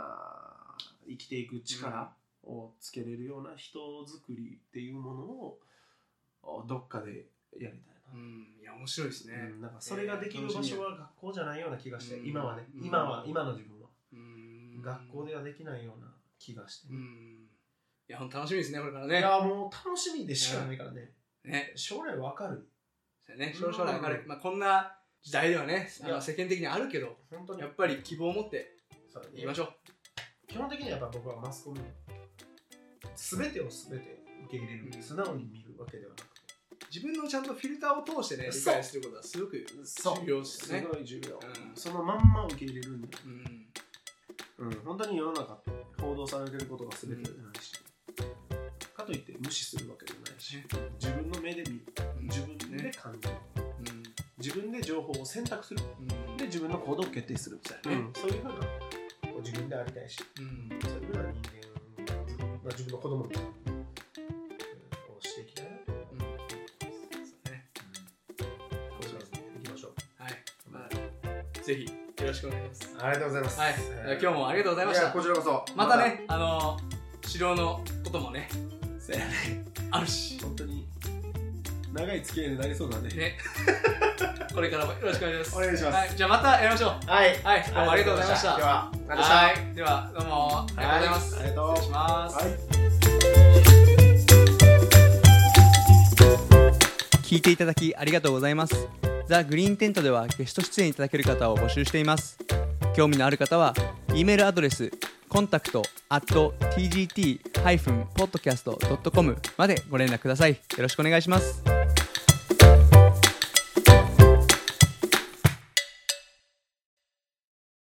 S2: あー生きていく力をつけれるような人づくりっていうものをあどっかでやりたい
S1: う、
S2: な
S1: んいや面白いですね
S2: うんなんかそれができる場所は学校じゃないような気がして、
S1: うん
S2: 今はね、
S1: うん
S2: 今は今の自分は、
S1: うん
S2: 学校ではできないような気がして、
S1: うんいやほんと楽しみですねこれから
S2: い
S1: ね
S2: やもう楽しみでしかないからね、
S1: ね
S2: 将来わかる
S1: そうやね少々の明るい
S2: うん
S1: まあこんな時代ではねあ
S2: い
S1: の
S2: や
S1: 世間的にあるけど
S2: 本当に
S1: やっぱり希望を持って
S2: そうだね
S1: いきましょう
S2: 基本的にはやっぱ僕はマスコミ全てを全て受け入れる、
S1: うん
S2: 素直に見るわけではなくて
S1: 自分のちゃんとフィルターを通してね
S2: そ
S1: 理
S2: う
S1: 解することはすごく
S2: そう
S1: 重要ですよね
S2: すごい重要、
S1: うん
S2: そのまんま受け入れるんだよ、
S1: うん
S2: うん、本当に世の中って報道されてることが全てじゃないし、かといって無視するわけじゃないし
S1: ね
S2: 自分の目で見る
S1: うん
S2: 自分で
S1: ね
S2: 感じる、
S1: うん
S2: 自分で情報を選択する
S1: うん
S2: で自分の行動を決定するみたいな、
S1: うん
S2: そういうふうなこう自分でありたいし
S1: うん
S2: そういうふうな人間、まあ、自分の子供みたいなうんをしていきたいなと思
S1: うんそうね
S2: いますねいきましょう
S1: はいまあぜひよろしくお願いします
S2: ありがとうございます
S1: はいじゃあ今日もありがとうございました
S2: やこちらこそ
S1: またねあの治療のこともね
S2: そうやね
S1: あるし
S2: 本当に長い付き合いになりそうだね
S1: ね これからもよろしくお願いします
S2: お願いします
S1: はいじゃあまたやりましょう
S2: はい
S1: はいどうもありがとうございました
S2: ではありがとうございました
S1: はいではどうもありがとうございます
S2: はいありがとう
S1: 失礼します
S2: はい
S8: 聞いていただきありがとうございますザ・グリーンテントではゲスト出演いただける方を募集しています興味のある方は E メールアドレスコンタクト TGT-podcast.com までご連絡くださいよろしくお願いします